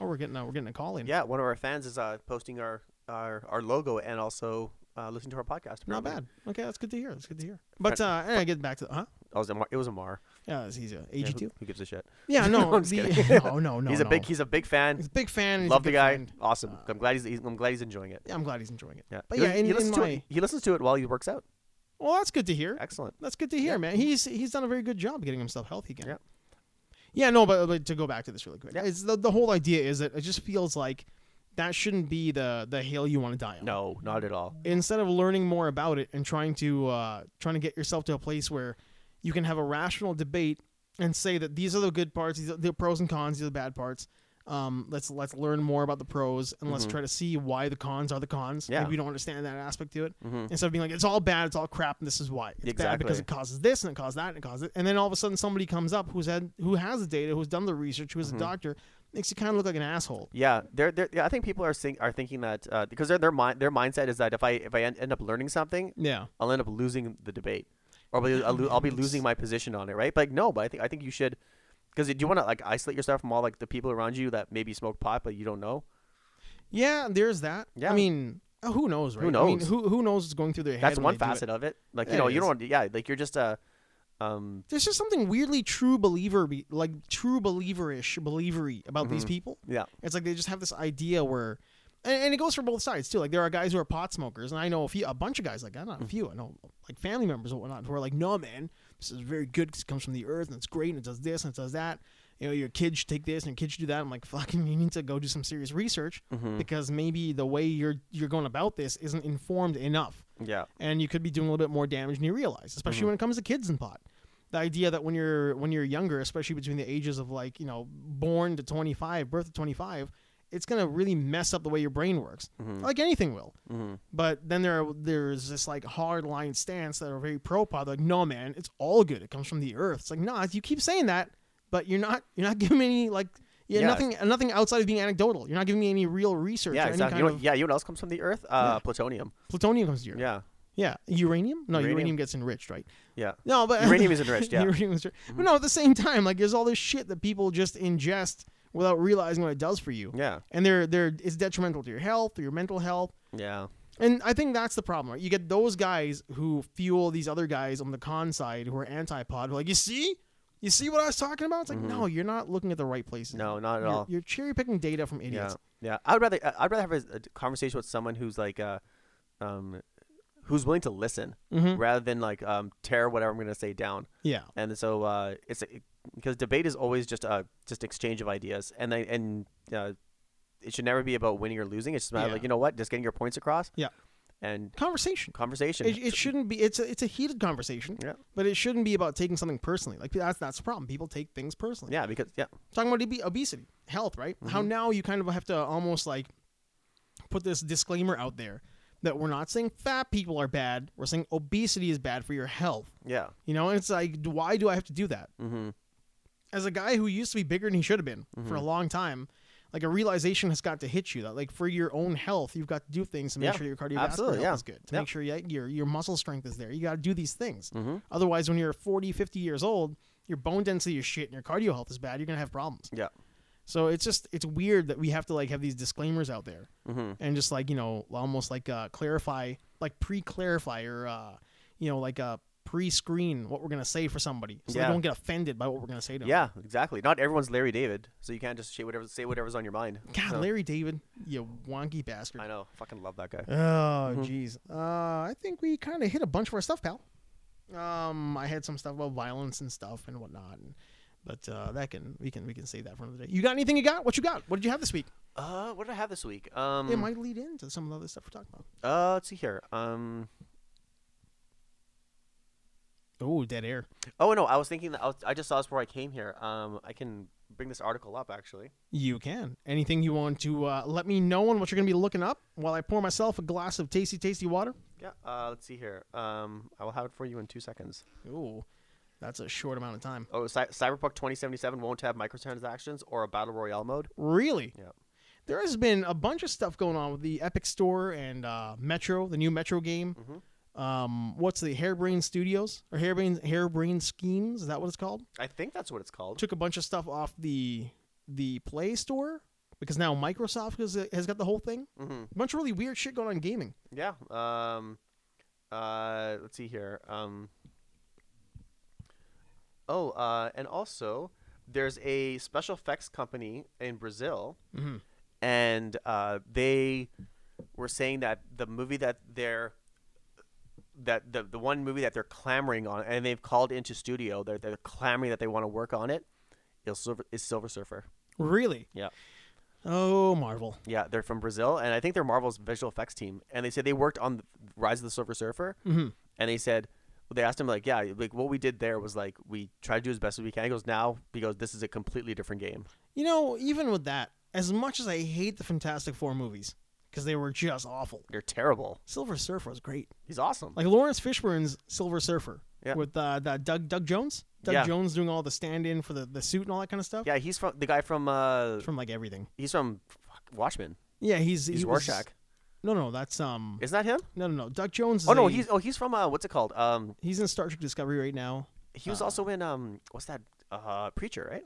Oh, we're getting a, we're getting a call in. Yeah, one of our fans is uh, posting our, our our logo and also uh, listening to our podcast. Not apparently. bad. Okay, that's good to hear. That's good to hear. But uh, anyway, get back to huh? Oh, it was Amar. It was Amar. Yeah, it's easier. Yeah, AG who- two. Who gives a shit? Yeah, no, I'm just the- kidding. no, Oh, no, no. he's a no. big he's a big fan. he's a big fan. and he's a Love the good guy. friend. Awesome. I'm glad he's, he's I'm glad he's enjoying it. Yeah, I'm glad he's enjoying it. Yeah. But he, yeah, lis- in, he listens in to my it, he listens to it while he works out. well, that's good to hear. Excellent. That's good to hear, man. He's he's done a very good job getting himself healthy again. Yeah. Yeah, no, but, but to go back to this really quick, Yeah. it's the, the whole idea is that it just feels like that shouldn't be the the hill you want to die on. No, not at all. Instead of learning more about it and trying to uh, trying to get yourself to a place where you can have a rational debate and say that these are the good parts, these are the pros and cons, these are the bad parts. Um, let's let's learn more about the pros and let's try to see why the cons are the cons. Mm-hmm. Yeah. Mm-hmm. Maybe we don't understand that aspect to it. Instead of being like, it's all bad, it's all crap, and this is why. It's bad because Exactly. it causes this and it caused that and it caused it. And then all of a sudden somebody comes up who's had who has the data, who's done the research, who is Mm-hmm. a doctor, makes you kind of look like an asshole. Yeah, they're, they're, yeah, I think people are think, are thinking that uh, because their their mind their mindset is that if I if I end, end up learning something, Yeah. I'll end up losing the debate, or I'll be, I'll, lo- I'll be losing my position on it, right? But like, no, but I think I think you should. Because do you want to like isolate yourself from all like the people around you that maybe smoke pot but you don't know? Yeah, there's that. Yeah. I mean, uh, who knows, right? Who I mean, knows? who who knows what's going through their head? That's when one they do it. facet of it. Like you Yeah, know it you is. don't want to, yeah like you're just a um There's just something weirdly true believer, be- like true believerish, believery about these Mm-hmm. people. yeah It's like they just have this idea where, and, and it goes for both sides too. Like there are guys who are pot smokers, and I know a few, a bunch of guys like that. Not a few, I know like family members and whatnot who are like, no man, this is very good 'cause it comes from the earth and it's great and it does this and it does that. You know, your kid should take this and your kid should do that. I'm like, fucking, you need to go do some serious research because maybe the way you're you're going about this isn't informed enough yeah and you could be doing a little bit more damage than you realize, Mm-hmm. especially when it comes to kids in pot. The idea that when you're when you're younger, especially between the ages of like you know born to 25, birth to 25, it's gonna really mess up the way your brain works, Mm-hmm. like anything will. But then there are, there's this like hard line stance that are very pro pot. They're Like, no man, it's all good. It comes from the earth. It's like, nah, you keep saying that, but you're not you're not giving me any like yeah, Yeah. nothing nothing outside of being anecdotal. You're not giving me any real research. yeah or any exactly. kind You know, of yeah, you know what else comes from the earth? Uh, plutonium. plutonium comes to your Yeah, yeah, uranium? No, Uranium. uranium, gets enriched, right? yeah. No, but Uranium is enriched, yeah. Mm-hmm. uranium is enriched. But no, at the same time, like there's all this shit that people just ingest without realizing what it does for you. Yeah. And they're they're it's detrimental to your health, your mental health. Yeah. And I think that's the problem, right? You get those guys who fuel these other guys on the con side who are anti pod, who are like, You see? You see what I was talking about? It's like, no, you're not looking at the right places. Mm-hmm. No, not at You're- all. You're cherry picking data from Yeah. idiots. Yeah. I would rather I- I'd rather have a, a conversation with someone who's like uh um who's willing to listen Mhm. rather than like um tear whatever I'm going to say down. Yeah. And so uh it's because debate is always just uh just exchange of ideas and they, and uh it should never be about winning or losing. It's just about Yeah. like you know what, just getting your points across. Yeah. And Conversation. conversation. It, it shouldn't be. It's a it's a heated conversation. Yeah. But it shouldn't be about taking something personally. Like that's that's the problem. People take things personally. yeah, Mm-hmm. because yeah. Talking about ob- obesity, health, right? How now you kind of have to almost like put this disclaimer out there that we're not saying fat people are bad. We're saying obesity is bad for your health. Yeah. You know, and it's like, d- why do I have to do that? Mhm. As a guy who used to be bigger than he should have been for Mm-hmm. a long time, like a realization has got to hit you that, like, for your own health, you've got to do things to make Yeah, sure your cardiovascular absolutely, health yeah, is good, to yeah. make sure yeah, your your muscle strength is there. You got to do these things. mm-hmm, Otherwise, when you're 40, 50 years old, your bone density is shit and your cardio health is bad. You're gonna have problems. Yeah. So it's just it's weird that we have to like have these disclaimers out there mm-hmm. and just like you know almost like uh, clarify like pre-clarify or uh, you know like uh, pre-screen what we're gonna say for somebody so Yeah. they don't get offended by what we're gonna say to them. Yeah, exactly. Not everyone's Larry David, so you can't just say whatever say whatever's on your mind. God, So- Larry David, you wonky bastard. I know. Fucking love that guy. Oh, jeez. Uh, I think we kind of hit a bunch of our stuff, pal. Um, I had some stuff about violence and stuff and whatnot, and, but uh, that can we can we can save that for another day. You got anything? You got what you got? What did you have this week? Uh, what did I have this week? Um, It might lead into some of the other stuff we're talking about. uh, let's see here. Um, Oh, dead air. oh no, I was thinking that I, was, I just saw this before I came here. Um, I can bring this article up actually. You can. Anything you want to uh, let me know on what you're going to be looking up while I pour myself a glass of tasty, tasty water? Yeah. Uh, let's see here. Um, I will have it for you in two seconds. Ooh, that's a short amount of time. Oh, Cy- Cyberpunk 2077 won't have microtransactions or a battle royale mode. Really? Yep. There has been a bunch of stuff going on with the Epic Store and uh, Metro, the new Metro game. Um, what's the Hairbrain Studios or Hairbrain Hairbrain Schemes? Is that what it's called? I think that's what it's called. Took a bunch of stuff off the the Play Store because now Microsoft has, has got the whole thing. Mm-hmm. A bunch of really weird shit going on in gaming. Yeah. Um, uh, let's see here. Um, oh, uh, and also there's a special effects company in Brazil, Mhm. and uh, they were saying that the movie that they're that the, the one movie that they're clamoring on, and they've called into studio, they're, they're clamoring that they want to work on it, is Silver, is Silver Surfer. Really? Yeah. Oh, Marvel. Yeah, they're from Brazil, and I think they're Marvel's visual effects team. And they said they worked on the Rise of the Silver Surfer, Mhm. and they said they asked him like, yeah, like what we did there was like we tried to do as best as we can. He goes now because this is a completely different game. You know, even with that, as much as I hate the Fantastic Four movies because they were just awful, They're terrible. Silver Surfer was great. He's awesome. like Lawrence Fishburne's Silver Surfer Yeah. with uh, that Doug Doug Jones. Doug Yeah. Jones doing all the stand-in for the, the suit and all that kind of stuff. yeah, he's from the guy from uh, from like everything. he's from fuck, Watchmen. Yeah, he's He's he was- Rorschach. No, no, that's um. Isn't that him? No, no, no. Doug Jones. Is Oh no, a- he's oh he's from uh, what's it called? Um, he's in Star Trek Discovery right now. he was also in um, what's that? Uh, Preacher, right?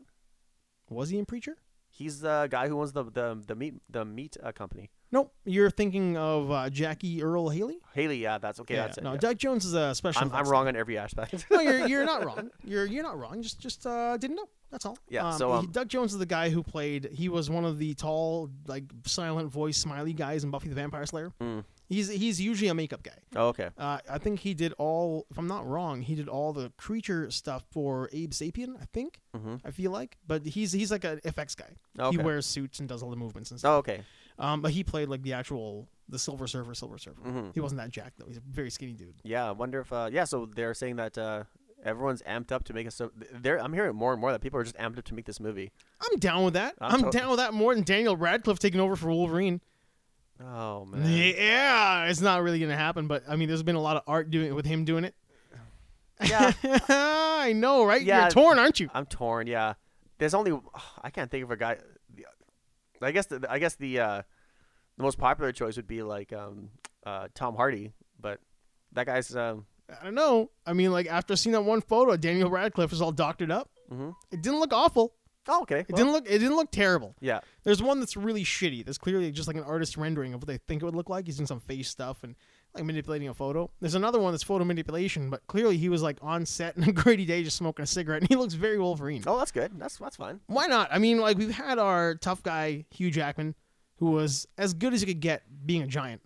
Was he in Preacher? He's the guy who owns the the, the meat the meat uh, company. Nope. You're thinking of uh, Jackie Earl Haley? Haley, yeah, that's okay. yeah, that's it. no, yeah. Jack Jones is a special. I'm, I'm effects wrong on every aspect. no, you're, you're not wrong. You're you're not wrong. Just just uh, didn't know. That's all. Yeah, Um, so, he- um, Doug Jones is the guy who played. He was one of the tall, like silent voice, smiley guys in Buffy the Vampire Slayer. Mm. He's he's usually a makeup guy. oh, okay. Uh, I think he did all. If I'm not wrong, he did all the creature stuff for Abe Sapien. I think. Mhm. I feel like, but he's he's like an FX guy. Okay. He wears suits and does all the movements and stuff. Oh, okay. Um, but he played like the actual the Silver Surfer, Silver Surfer. Mhm. He wasn't that jacked though. He's a very skinny dude. Yeah, I wonder if. Uh, yeah, so they're saying that uh, everyone's amped up to make a. So they're, I'm hearing more and more that people are just amped up to make this movie. I'm down with that. I'm, I'm tot- down with that more than Daniel Radcliffe taking over for Wolverine. Oh man. Yeah, it's not really gonna happen. But I mean, there's been a lot of art doing with him doing it. Yeah. I know, right? Ah. Yeah. You're torn, aren't you? I'm torn. Yeah, there's only I can't think of a guy. the- I guess the I guess the uh, the most popular choice would be like um, uh, Tom Hardy, but that guy's um, I don't know. I mean, like after seeing that one photo, Daniel Radcliffe was all doctored up. Mhm. It didn't look awful. oh okay. It well, didn't look. It didn't look terrible. yeah, There's one that's really shitty. That's clearly just like an artist rendering of what they think it would look like. He's doing some face stuff and like manipulating a photo. There's another one that's photo manipulation, but clearly he was like on set on a gritty day just smoking a cigarette, and he looks very Wolverine. oh that's good. That's that's fine. Why not? I mean, like we've had our tough guy Hugh Jackman, who was as good as you could get being a giant.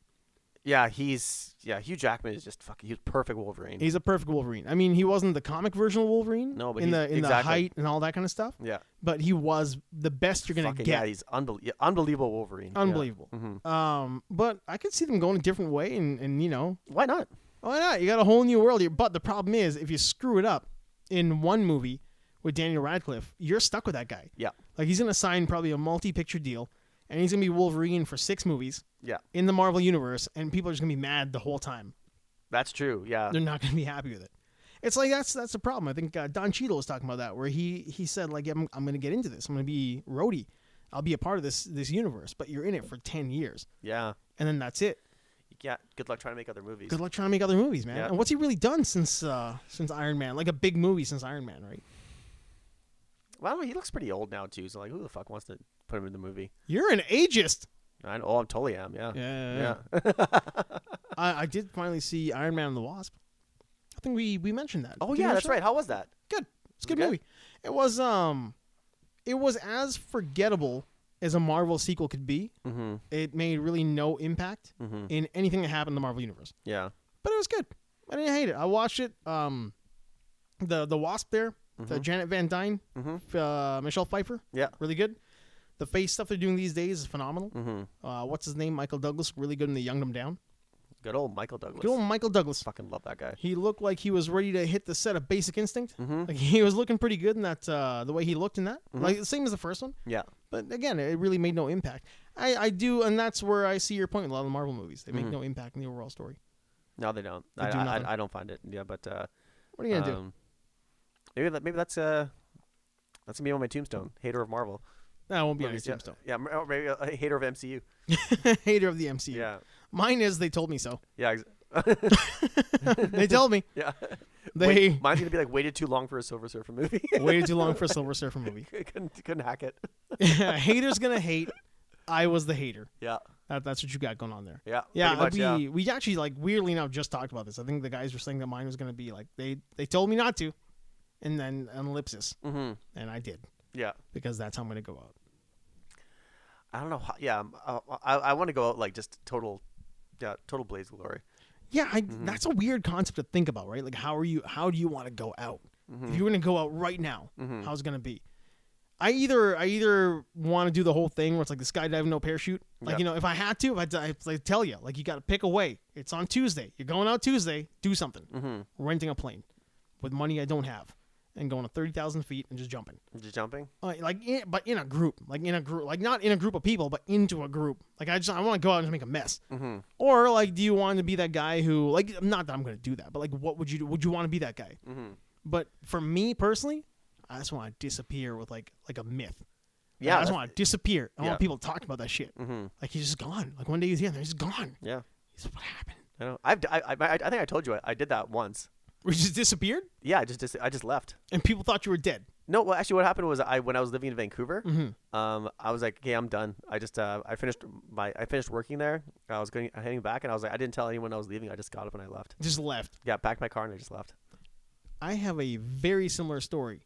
Yeah, he's yeah Hugh Jackman is just fucking he's perfect Wolverine. He's a perfect Wolverine. I mean, he wasn't the comic version of Wolverine. No, but in the he's- in the exactly. height and all that kind of stuff. yeah, But he was the best you're gonna fucking yeah, get. he's unbel- yeah, unbelievable Wolverine. yeah. Unbelievable. Mhm. Um, but I could see them going a different way, and and you know Why not? Why not? You got a whole new world here. But the problem is, if you screw it up in one movie with Daniel Radcliffe, you're stuck with that guy. Yeah, Like he's gonna sign probably a multi-picture deal, and he's gonna be Wolverine for six movies yeah, in the Marvel universe, and people are just gonna be mad the whole time. that's true. Yeah, They're not gonna be happy with it. It's like that's that's the problem. I think uh, Don Cheadle was talking about that, where he he said like I'm I'm gonna get into this. I'm gonna be Rhodey. I'll be a part of this this universe, but you're in it for ten years, yeah, and then that's it. yeah. Good luck trying to make other movies. Good luck trying to make other movies, man. Yeah. And what's he really done since uh, since Iron Man? Like a big movie since Iron Man, right? Well, he looks pretty old now too. So like, who the fuck wants to put him in the movie? You're an ageist. I know, oh, I totally am. Yeah. yeah. I, I did finally see Iron Man and the Wasp. I think we we mentioned that. Oh Did we yeah, that's mention right. How was that? that? Good. It's a good Okay. movie. It was um, it was as forgettable as a Marvel sequel could be. Mm-hmm. It made really no impact Mm-hmm. in anything that happened in the Marvel universe. Yeah. but it was good. I didn't hate it. I watched it. Um, the the Wasp there, Mm-hmm. the Janet Van Dyne, Mhm. uh, Michelle Pfeiffer, Yeah. really good. The face stuff they're doing these days is phenomenal. Mm-hmm. Uh, what's his name? Michael Douglas, really good in the Young Them Down. Good old Michael Douglas. Good old Michael Douglas. Fucking love that guy. He looked like he was ready to hit the set of Basic Instinct. Mhm. Like he was looking pretty good in that uh, the way he looked in that, like the same as the first one. Mm-hmm. Yeah. But again, it really made no impact. I, I do, and that's where I see your point. with A lot of the Marvel movies they make Mm-hmm. no impact in the overall story. No, they don't. They I, do I, nothing. I, I don't find it. Yeah, but uh, What are you gonna do? um, maybe that maybe that's uh that's gonna be on my tombstone. Hater of Marvel. That won't be on your Movies, yeah. tombstone. Yeah, m- or maybe a, a hater of MCU. hater of the MCU. Yeah. Mine is they told me so. Yeah. Ex- They told me yeah. they Wait, mine's gonna be like waited too long for a Silver Surfer movie. waited too long for a Silver Surfer movie. couldn't couldn't hack it. Haters gonna hate. I was the hater. Yeah. That, that's what you got going on there. Yeah. Yeah, pretty much, we yeah. we actually like weirdly enough just talked about this. I think the guys were saying that mine was gonna be like they they told me not to, and then an ellipsis, Mm-hmm. and I did Yeah. because that's how I'm gonna go out. I don't know. How, yeah, um, I, I, I want to go out like just total, yeah, total blaze of glory. Yeah, I, that's a weird concept to think about, right? Like, how are you? How do you want to go out? If you're going to go out right now, how's it going to be? I either I either want to do the whole thing where it's like the skydiving no parachute. Like Yeah. you know, if I had to, if I, d- I like, tell you, like you got to pick a way. It's on Tuesday. You're going out Tuesday. Do something. Renting a plane with money I don't have, and going to thirty thousand feet and just jumping. Just jumping. Uh, like, in, but in a group, like in a group, like not in a group of people, but into a group. Like, I just I want to go out and just make a mess. Mm-hmm. Or like, do you want to be that guy who like? Not that I'm gonna do that, but like, what would you do? Would you want to be that guy? Mm-hmm. But for me personally, I just want to disappear with like like a myth. Like, Yeah, I just that's- want to disappear. I yeah. want people talking about that shit. Mm-hmm. Like he's just gone. Like one day he's here, and then he's gone. Yeah. He's like, what happened? I know. I've d- I, I, I- I think I told you I, I did that once. We just disappeared, Yeah, I just, just I just left. and people thought you were dead. No, well, actually, what happened was I when I was living in Vancouver, um, I was like, "Okay, I'm done." I just uh, I finished my I finished working there. I was going heading back, and I was like, I didn't tell anyone I was leaving. I just got up and I left. Just left. Yeah, packed my car and I just left. I have a very similar story,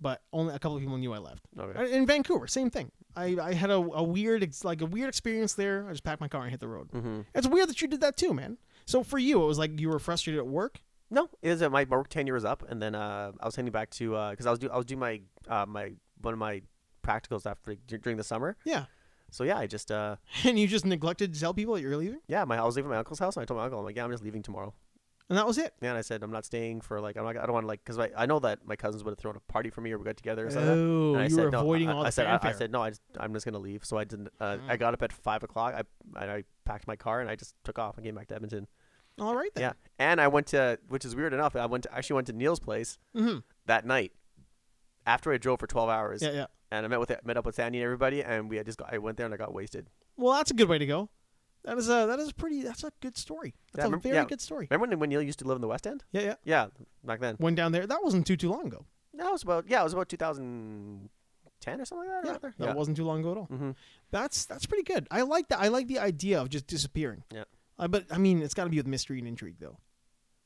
but only a couple of people knew I left. Okay. In Vancouver, same thing. I, I had a, a weird ex- like a weird experience there. I just packed my car and hit the road. Mm-hmm. It's weird that you did that too, man. So for you, it was like you were frustrated at work. No, it was uh, my my work tenure was up, and then uh, I was heading back to because I was do I was doing my uh, my one of my practicals after during the summer. Yeah, So yeah, I just uh, and you just neglected to tell people that you were leaving, yeah, my I was leaving my uncle's house, and I told my uncle, I'm like, yeah, I'm just leaving tomorrow. and that was it. Yeah, and I said I'm not staying for like I'm not, I don't want to like because I, I know that my cousins would have thrown a party for me or we got together or something. like that. Oh, And I you said, were no, avoiding I, all the I said I, I fanfare. Mm. said no, I just, I'm just gonna leave. So I didn't. Uh, I got up at five o'clock. I and I packed my car and I just took off and came back to Edmonton. all right then. Yeah, and I went to which is weird enough. I went to, actually went to Neil's place Mhm. that night after I drove for twelve hours. Yeah, yeah. And I met with met up with Sandy and everybody, and we had just got, I went there and I got wasted. Well, that's a good way to go. That is a that is pretty. That's a good story. That's Yeah, a remem- very yeah. good story. Remember when, when Neil used to live in the West End? Yeah, yeah. Yeah, back then. Went down there. That wasn't too too long ago. That was about yeah, it was about 2010 or something like that. Yeah, around there. that wasn't too long ago at all. Mhm. That's that's pretty good. I like that. I like the idea of just disappearing. Yeah. Uh, but I mean, it's got to be with mystery and intrigue though.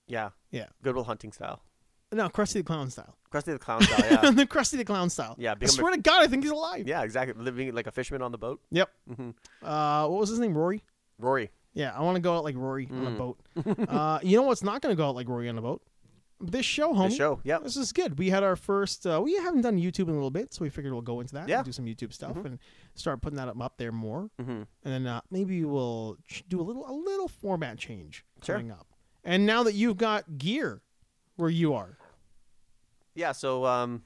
yeah, Yeah. Goodwill Hunting style, No, Krusty the Clown style. Krusty the Clown style. Oh, Yeah, the Krusty the Clown style. Yeah, I become a- swear to God, I think he's alive. yeah, exactly. Living like a fisherman on the boat. Yep. Mhm. Uh, what was his name? Rory. Rory, Yeah, I want to go out like Rory on Mm. a boat. uh, you know what's not going to go out like Rory on a boat? This show, homie. the show. Yep. This is good. We had our first. Uh, we haven't done YouTube in a little bit, so we figured we'll go into that. Yeah. Mm-hmm. and do some YouTube stuff and start putting that up, up there more, hmm and then uh, maybe we'll ch- do a little a little format change Sure. coming up. And now that you've got gear, where you are, Yeah. So um,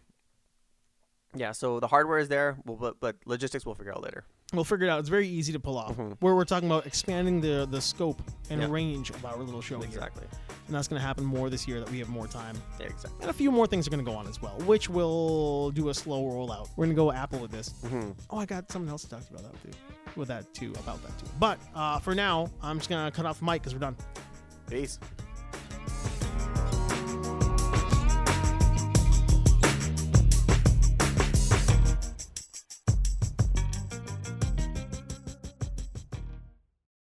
yeah. So the hardware is there, well, but but logistics we'll figure out later. we'll figure it out. It's very easy to pull off. Where we're talking about expanding the the scope and Mm-hmm. Yeah. range of our little show here. Exactly. and that's going to happen more this year that we have more time. Yeah, exactly. And a few more things are going to go on as well, which will do a slow rollout. We're going to go Apple with this. Oh, I got something else to talk about that too, with that too, about that too. But uh, for now, I'm just going to cut off the mic because we're done. Peace.